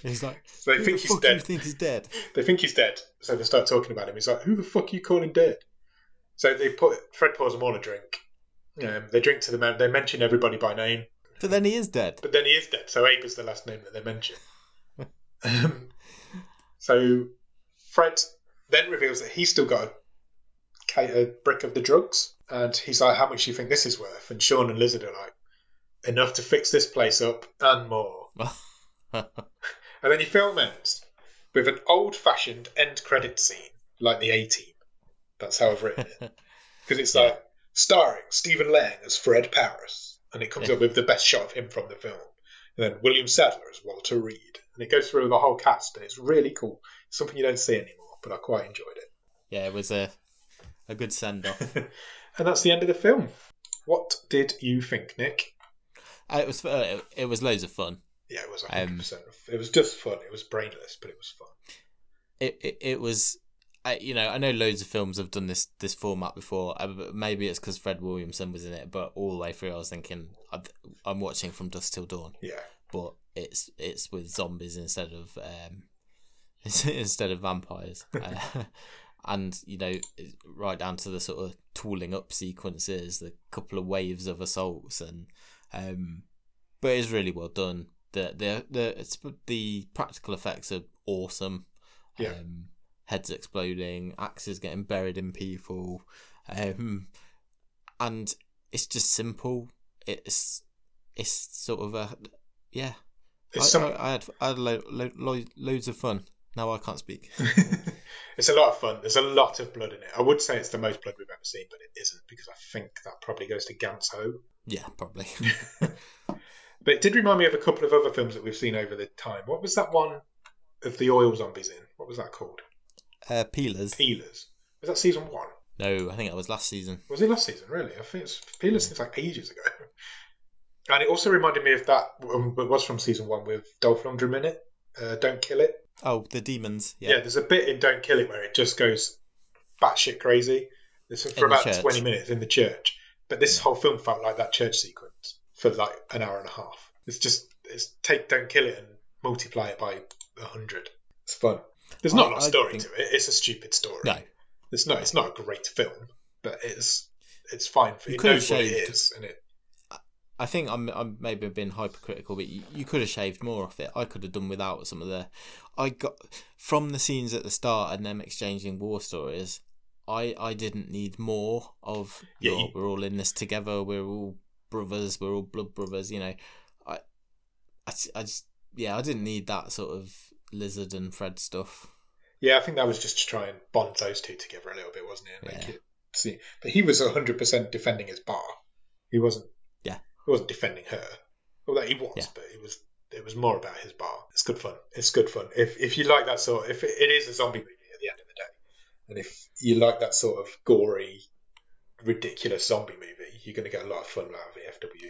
A: He's like,
B: So they
A: "Who
B: think
A: the
B: he's
A: fuck do you
B: dead.
A: think he's dead?
B: They think he's dead, so they start talking about him. He's like, "Who the fuck are you calling dead?" So they put Fred pours them all a drink.
A: Hmm.
B: Um, they drink to the man. They mention everybody by name,
A: But then he is dead.
B: but then he is dead. So Abe is the last name that they mention. um, so Fred then reveals that he's still got a, ca- a brick of the drugs, and he's like, "How much do you think this is worth?" And Sean and Lizard are like, "Enough to fix this place up and more." And then your film ends with an old fashioned end credit scene, like the A Team. That's how I've written it. Because it's like, starring Stephen Lang as Fred Paris. And it comes up with the best shot of him from the film. And then William Sadler as Walter Reed. And it goes through the whole cast, and it's really cool. It's something you don't see anymore, but I quite enjoyed it.
A: yeah, it was a a good
B: *laughs*
A: send off.
B: And that's the end of the film. What did you think, Nick?
A: it was uh, it, it was loads of fun.
B: Yeah, it was
A: Um,
B: 100%. it was just fun. It was brainless, but it was fun.
A: It it, it was. I, you know, I know loads of films have done this this format before. Uh, but maybe it's because Fred Williamson was in it, but all the way through, I was thinking I'm, I'm watching From Dusk Till Dawn,
B: Yeah.
A: but it's it's with zombies instead of um, *laughs* instead of vampires, Uh, and you know, right down to the sort of tooling up sequences, the couple of waves of assaults, and um, but it's really well done. The the the it's, the practical effects are awesome.
B: Yeah.
A: Um, heads exploding, axes getting buried in people, um, and it's just simple. It's it's sort of a yeah. I,
B: It's some-
A: I, I had I had lo- lo- lo- loads of fun. Now I
B: *laughs*
A: can't speak.
B: it's a lot of fun. There's a lot of blood in it. I would say it's the most blood we've ever seen, but it isn't because I think that probably goes to Ganso.
A: yeah, probably. *laughs*
B: But it did remind me of a couple of other films that we've seen over the time. What was that one of the oil zombies in? What was that called?
A: uh, peelers.
B: Peelers. Was that season one?
A: No, I think that was last season.
B: Was it last season? Really? I think it's Peelers seems like ages ago. *laughs* And it also reminded me of that. Um, it was from season one with Dolph Lundgren in it. Uh, Don't kill it.
A: Oh, the demons.
B: Yeah.
A: Yeah,
B: there's a bit in Don't Kill It where it just goes batshit crazy. This for
A: the
B: about
A: church.
B: 20 minutes in the church. But this whole film felt like that church sequence for like an hour and a half. It's just it's take Don't Kill It and multiply it by 100. It's fun. There's not
A: I-
B: a lot of
A: I
B: story
A: think-
B: to it. It's a stupid story.
A: no,
B: It's not it's not a great film, but it's it's fine for
A: You
B: it
A: could have
B: knows what it
A: shaved-
B: is and it
A: I think I'm I'm maybe being hypercritical, but you, you could have shaved more off it. I could have done without some of the. I got from the scenes at the start and them exchanging war stories. I I didn't need more of.
B: Yeah,
A: "Look,
B: you-
A: we're all in this together. We're all brothers. We're all blood brothers. You know, I, I, s- I just yeah, I didn't need that sort of lizard and Fred stuff.
B: Yeah, I think that was just to try and bond those two together a little bit, wasn't it? And make
A: Yeah.
B: it see, but he was hundred percent defending his bar. He wasn't.
A: Yeah.
B: He wasn't defending her. Although he was,
A: Yeah.
B: but it was it was more about his bar. It's good fun. It's good fun. If if you like that sort, if it, it is a zombie movie at the end of the day, and if you like that sort of gory, ridiculous zombie movie, you're going to get a lot of fun out of EFW.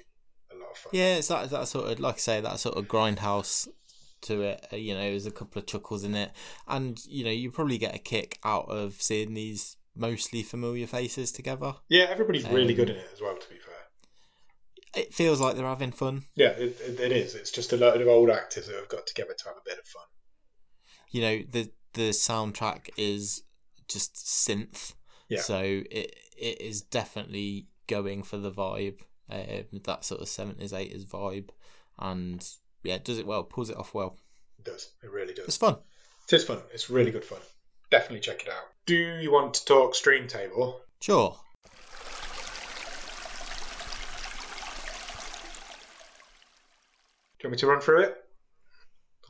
B: A lot of fun.
A: Yeah, it's that that sort of like I say that sort of grindhouse to it. uh, You know, there's a couple of chuckles in it, and you know you probably get a kick out of seeing these mostly familiar faces together.
B: Yeah, everybody's really
A: Um,
B: good in it as well. To be fair.
A: It feels like they're having fun.
B: Yeah, it, it, it is. It's just a load of old actors who have got together to have a bit of fun.
A: You know, the the soundtrack is just synth,
B: Yeah.
A: so it it is definitely going for the vibe, um, that sort of seventies eighties vibe, and yeah, does it well, pulls it off well.
B: It does. It really does.
A: It's fun.
B: It is fun. It's really good fun. Definitely check it out. Do you want to talk Stream Table?
A: Sure.
B: Do you want me to run through it?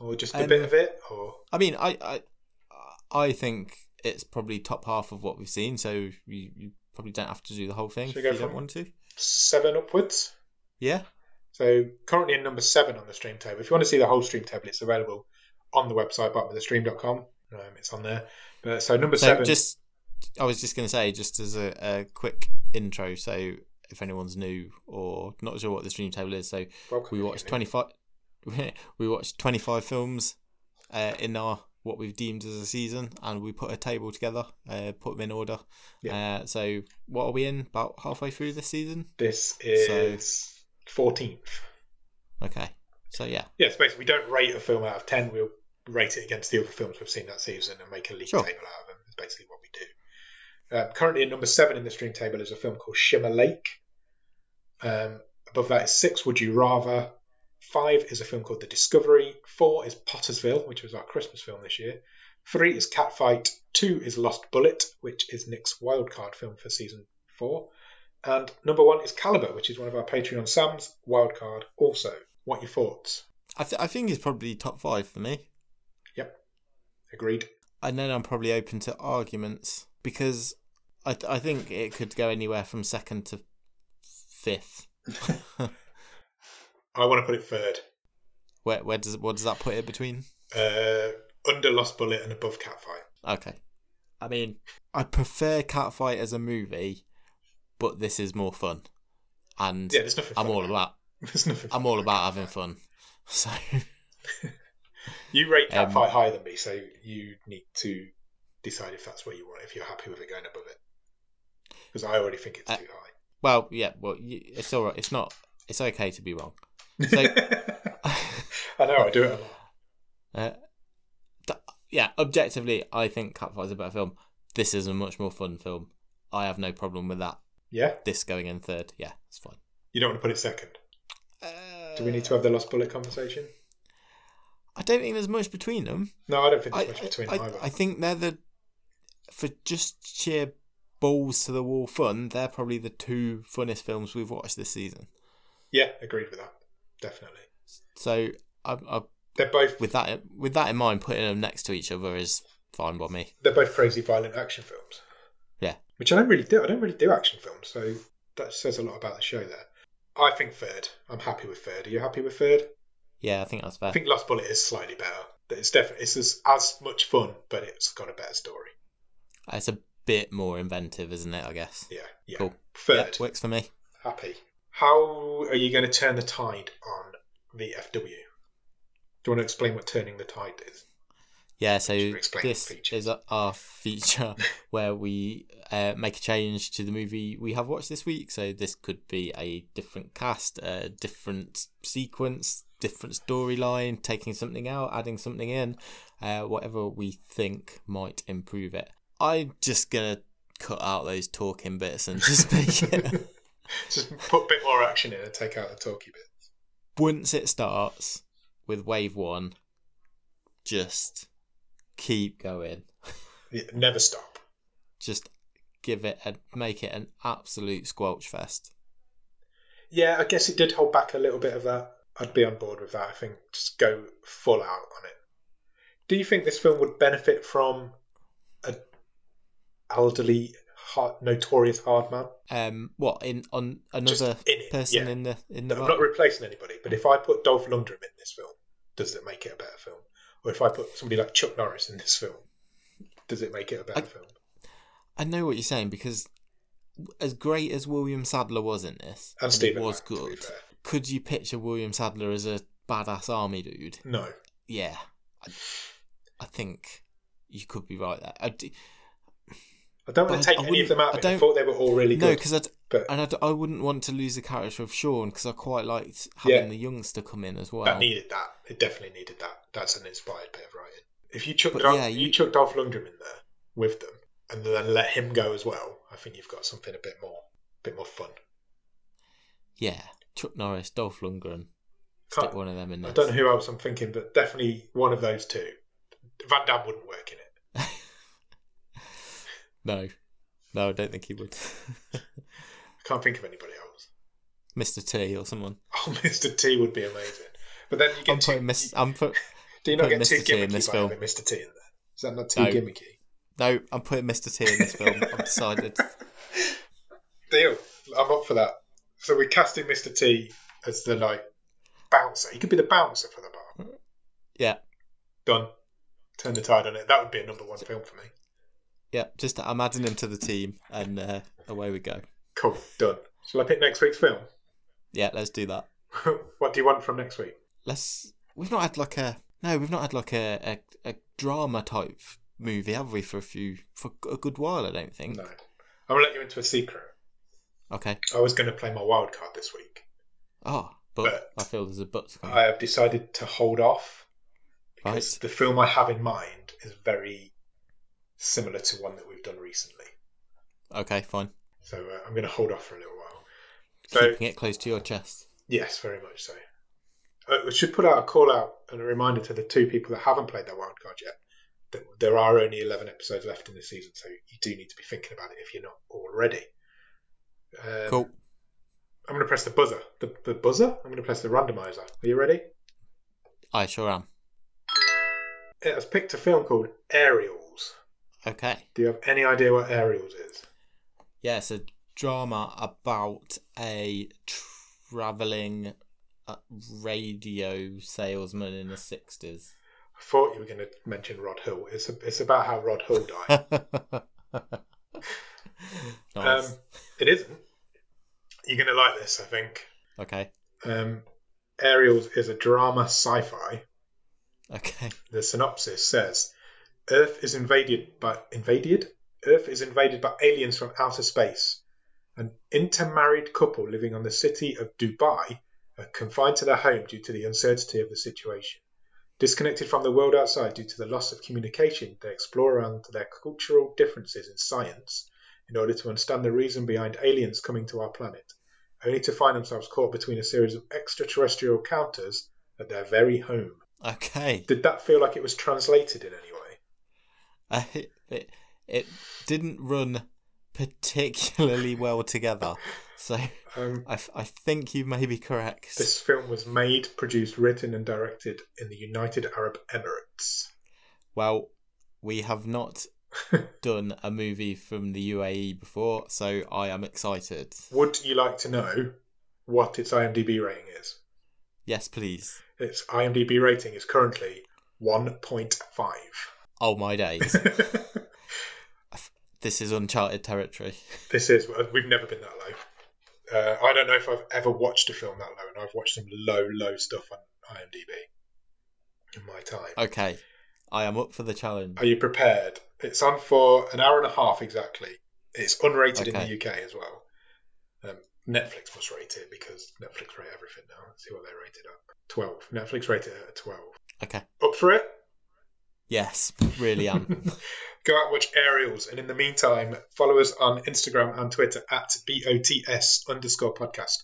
B: Or just a
A: Um,
B: bit of it? Or
A: I mean, I, I, I think it's probably top half of what we've seen, so you, you probably don't have to do the whole thing
B: Should we
A: if
B: go
A: you don't
B: from-
A: want to.
B: seven upwards?
A: Yeah,
B: So currently in number seven on the Stream Table. If you want to see the whole Stream Table, it's available on the website, bottomofthestream.com. Um, it's on there. But, so number
A: so
B: seven.
A: just, I was just going to say, just as a, a quick intro, so if anyone's new or not sure what the stream table is, so
B: welcome
A: we
B: if
A: watched
B: you're new.
A: twenty five, *laughs* we watched twenty five films, uh, in our what we've deemed as a season, and we put a table together, uh, put them in order. Uh, so what are we in? About halfway through this season.
B: This is 14th.
A: Okay, so yeah.
B: Yeah, so basically we don't rate a film out of ten. We'll rate it against the other films we've seen that season and make a league
A: Sure.
B: table out of them. Is basically what we do. Um, currently, at number seven in the stream table is a film called Shimmer Lake. Um, above that is six. Would you rather? Five is a film called The Discovery. Four is Pottersville, which was our Christmas film this year. Three is Catfight. Two is Lost Bullet, which is Nick's wildcard film for season four. And number one is Caliber, which is one of our Patreon Sam's wildcard also. What are your thoughts?
A: I, th- I think it's probably top five for me.
B: Agreed.
A: And then I'm probably open to arguments because I, th- I think it could go anywhere from second to fifth.
B: I want to put it third.
A: where where does what does that put it between?
B: Uh, under Lost Bullet and above Catfight.
A: Okay, I mean I prefer Catfight as a movie, but this is more fun, and
B: Yeah, there's nothing.
A: I'm
B: fun
A: all
B: about.
A: about
B: it. *laughs* There's nothing. fun
A: I'm all about having fun. *laughs* So
B: You rate
A: Um,
B: Catfight higher than me, so you need to decide if that's where you want. it, If you're happy with it going above it, because I already think it's
A: Uh,
B: too high.
A: well yeah well you, it's all right it's not it's okay to be wrong. *laughs* so-
B: *laughs* I know I do it a lot.
A: Uh, th- yeah, objectively, I think Catfight is a better film. This is a much more fun film. I have no problem with that.
B: Yeah,
A: This going in third, yeah, it's fine.
B: you don't want to put it second.
A: Uh,
B: Do we need to have the Lost Bullet conversation?
A: I don't think there's much between them.
B: No, I don't think
A: I,
B: there's much between
A: I,
B: them either.
A: I think they're the for just sheer balls to the wall fun. They're probably the two funnest films we've watched this season.
B: yeah, agreed with that. Definitely,
A: So, I, I,
B: they're both
A: with that with that in mind, putting them next to each other is fine by me.
B: they're both crazy violent action films.
A: Yeah.
B: Which I don't really do. I don't really do action films, so that says a lot about the show there. I think third. I'm happy with third. Are you happy with third?
A: Yeah, I think that's fair.
B: I think Lost Bullet is slightly better. But It's definitely it's as, as much fun, but it's got a better story.
A: it's a bit more inventive, isn't it? I guess.
B: Yeah, yeah.
A: Cool. Yeah,
B: Third,
A: works for me.
B: happy. How are you going to turn the tide on the FW? Do you want to explain what turning the tide is? *laughs*
A: Yeah, so
B: Should we explain
A: this
B: the feature?
A: is our feature where we uh, make a change to the movie we have watched this week. So this could be a different cast, a different sequence, different storyline, taking something out, adding something in, uh, whatever we think might improve it. I'm just gonna cut out those talking bits and just make it. *laughs*
B: Just put a bit more action in and take out the talky bit.
A: Once it starts with wave one, just keep going.
B: Yeah, never stop.
A: just give it and make it an absolute squelch fest.
B: Yeah, I guess it did hold back a little bit of that. I'd be on board with that. I think just go full out on it. Do you think this film would benefit from an elderly hard, notorious hard man.
A: Um, what in on another
B: in it,
A: person
B: yeah.
A: in the in the
B: No, I'm
A: box?
B: not replacing anybody, but if I put Dolph Lundgren in this film, does it make it a better film? Or if I put somebody like Chuck Norris in this film, does it make it a better
A: I-
B: film?
A: I know what you're saying because as great as William Sadler was in this,
B: And Stephen
A: was
B: Lang, to be
A: good.
B: fair.
A: could you picture William Sadler as a badass army dude?
B: No,
A: Yeah, I, I think you could be right there. I d-
B: I don't
A: But
B: want to
A: I-
B: take
A: I
B: any of
A: wouldn't-
B: them out.
A: I
B: Of it. I
A: don't-
B: thought they were all really
A: no,
B: good,
A: because I d-
B: but
A: and I, d- I wouldn't want to lose the character of Sean because I quite liked having
B: Yeah.
A: the youngster come in as well.
B: that needed that. It definitely needed that. That's an inspired bit of writing. If you chuck
A: But
B: Dolph,
A: yeah,
B: you...
A: you-
B: chuck Dolph Lundgren in there with them, and then let him go as well, I think you've got something a bit more, bit more fun.
A: yeah, Chuck Norris, Dolph Lundgren,
B: Can't-
A: stick one of them in
B: I
A: there.
B: don't know who else I'm thinking, but definitely one of those two. Van Damme wouldn't work in it.
A: No, no, I don't think he would. *laughs*
B: I can't think of anybody else. *laughs*
A: Mister T or someone.
B: Oh, Mr. T would be amazing. But then you
A: I'm
B: get too,
A: putting Miss. I'm put.
B: do you not
A: putting
B: get too
A: Mr. T in
B: gimmicky
A: this
B: by
A: film.
B: having Mr. T in there? Is that not too
A: No.
B: gimmicky?
A: No, I'm putting Mr. T in this film. I've decided.
B: Deal. I'm up for that. So we're casting Mr. T as the like bouncer. He could be the bouncer for the bar.
A: Yeah.
B: Done. Turn the tide on it. That would be a number one film for me.
A: Yeah, just I'm adding him to the team, and uh, away we go.
B: Cool. Done. Shall I pick next week's film? *laughs*
A: Yeah, let's do that.
B: what do you want from next week?
A: Let's. We've not had like a no, we've not had like a a, a drama type movie, have we? For a few for a good while, I don't think.
B: No. I'm gonna let you into a secret.
A: Okay.
B: I was gonna play my wild card this week.
A: Oh, but,
B: But-
A: I feel there's a but.
B: I have decided to hold off because
A: Mm. Right.
B: the film I have in mind is very similar to one that we've done recently.
A: Okay, fine.
B: So uh, I'm going to hold off for a little while. So
A: Keeping it close to your chest.
B: yes, very much so. Uh, we should put out a call out and a reminder to the two people that haven't played their wild card yet that there are only 11 episodes left in the season, so you do need to be thinking about it if you're not already. Um,
A: Cool.
B: I'm going to press the buzzer. The, the buzzer? I'm going to press the randomizer. Are you ready?
A: I sure am.
B: It has picked a film called Aerials.
A: Okay.
B: Do you have any idea what Aerials is?
A: Yeah, it's a drama about a traveling uh, radio salesman in the sixties.
B: *laughs* I thought you were going to mention Rod Hill. It's it's about how Rod Hill died.
A: *laughs* nice.
B: Um, it isn't. You're going to like this, I think.
A: okay.
B: Um, Aerials is a drama sci-fi.
A: Okay.
B: The synopsis says Earth is invaded by invaded. Earth is invaded by aliens from outer space. An intermarried couple living on the city of Dubai are confined to their home due to the uncertainty of the situation. Disconnected from the world outside due to the loss of communication, they explore around their cultural differences in science in order to understand the reason behind aliens coming to our planet, only to find themselves caught between a series of extraterrestrial encounters at their very home.
A: Okay. *laughs*
B: Did that feel like it was translated in any way?
A: Uh, it, it, it didn't run particularly well together, so
B: Um,
A: I, f- I think you may be correct.
B: this film was made, produced, written, and directed in the United Arab Emirates.
A: Well, we
B: *laughs*
A: have not done a movie from the UAE before, so I am excited.
B: Would you like to know what its IMDb rating is?
A: Yes, please.
B: Its IMDb rating is currently 1.5.
A: Oh my days. this is uncharted territory.
B: *laughs* this is, uh, we've never been that low. Uh, I don't know if I've ever watched a film that low, and I've watched some low, low stuff on IMDb in my time.
A: Okay. I am up for the challenge.
B: Are you prepared? It's on for an hour and a half exactly. It's unrated in
A: Okay.
B: the UK as well. Um, Netflix must rate it because Netflix rate everything now. Let's see what they rate it at. 12. Netflix rate it at 12.
A: Okay.
B: Up for it?
A: Yes, really am.
B: Go out and watch Aerials. And in the meantime, follow us on Instagram and Twitter at BOTS underscore podcast.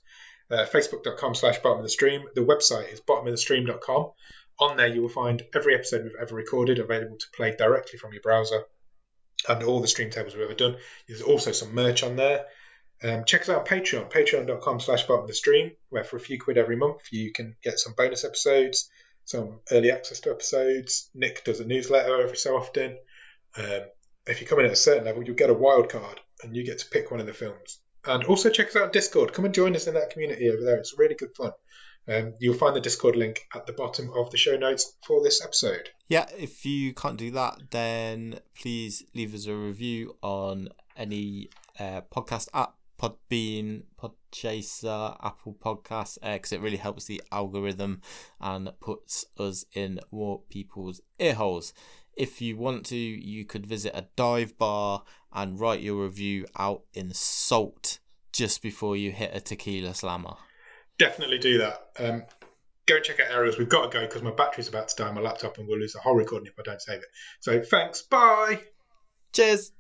B: Uh, Facebook.com slash bottom of the stream. The website is bottomofthestream.com. On there, you will find every episode we've ever recorded available to play directly from your browser and all the stream tables we've ever done. There's also some merch on there. Um, check us out on Patreon, patreon.com slash bottom of the stream, where for a few quid every month you can get some bonus episodes, some early access to episodes. Nick does a newsletter every so often. Um, if you come in at a certain level, you'll get a wild card and you get to pick one of the films. And also check us out on Discord. Come and join us in that community over there. It's really good fun. Um, you'll find the Discord link at the bottom of the show notes for this episode.
A: Yeah, if you can't do that, then please leave us a review on any uh, podcast app, Podbean, Podchaser, Apple Podcasts, because it really helps the algorithm and puts us in more people's ear holes. If you want to, you could visit a dive bar and write your review out in salt just before you hit a tequila slammer.
B: Definitely do that. Um, go and check out areas. We've got to go because my battery's about to die on my laptop and we'll lose the whole recording if I don't save it. So thanks. Bye.
A: Cheers!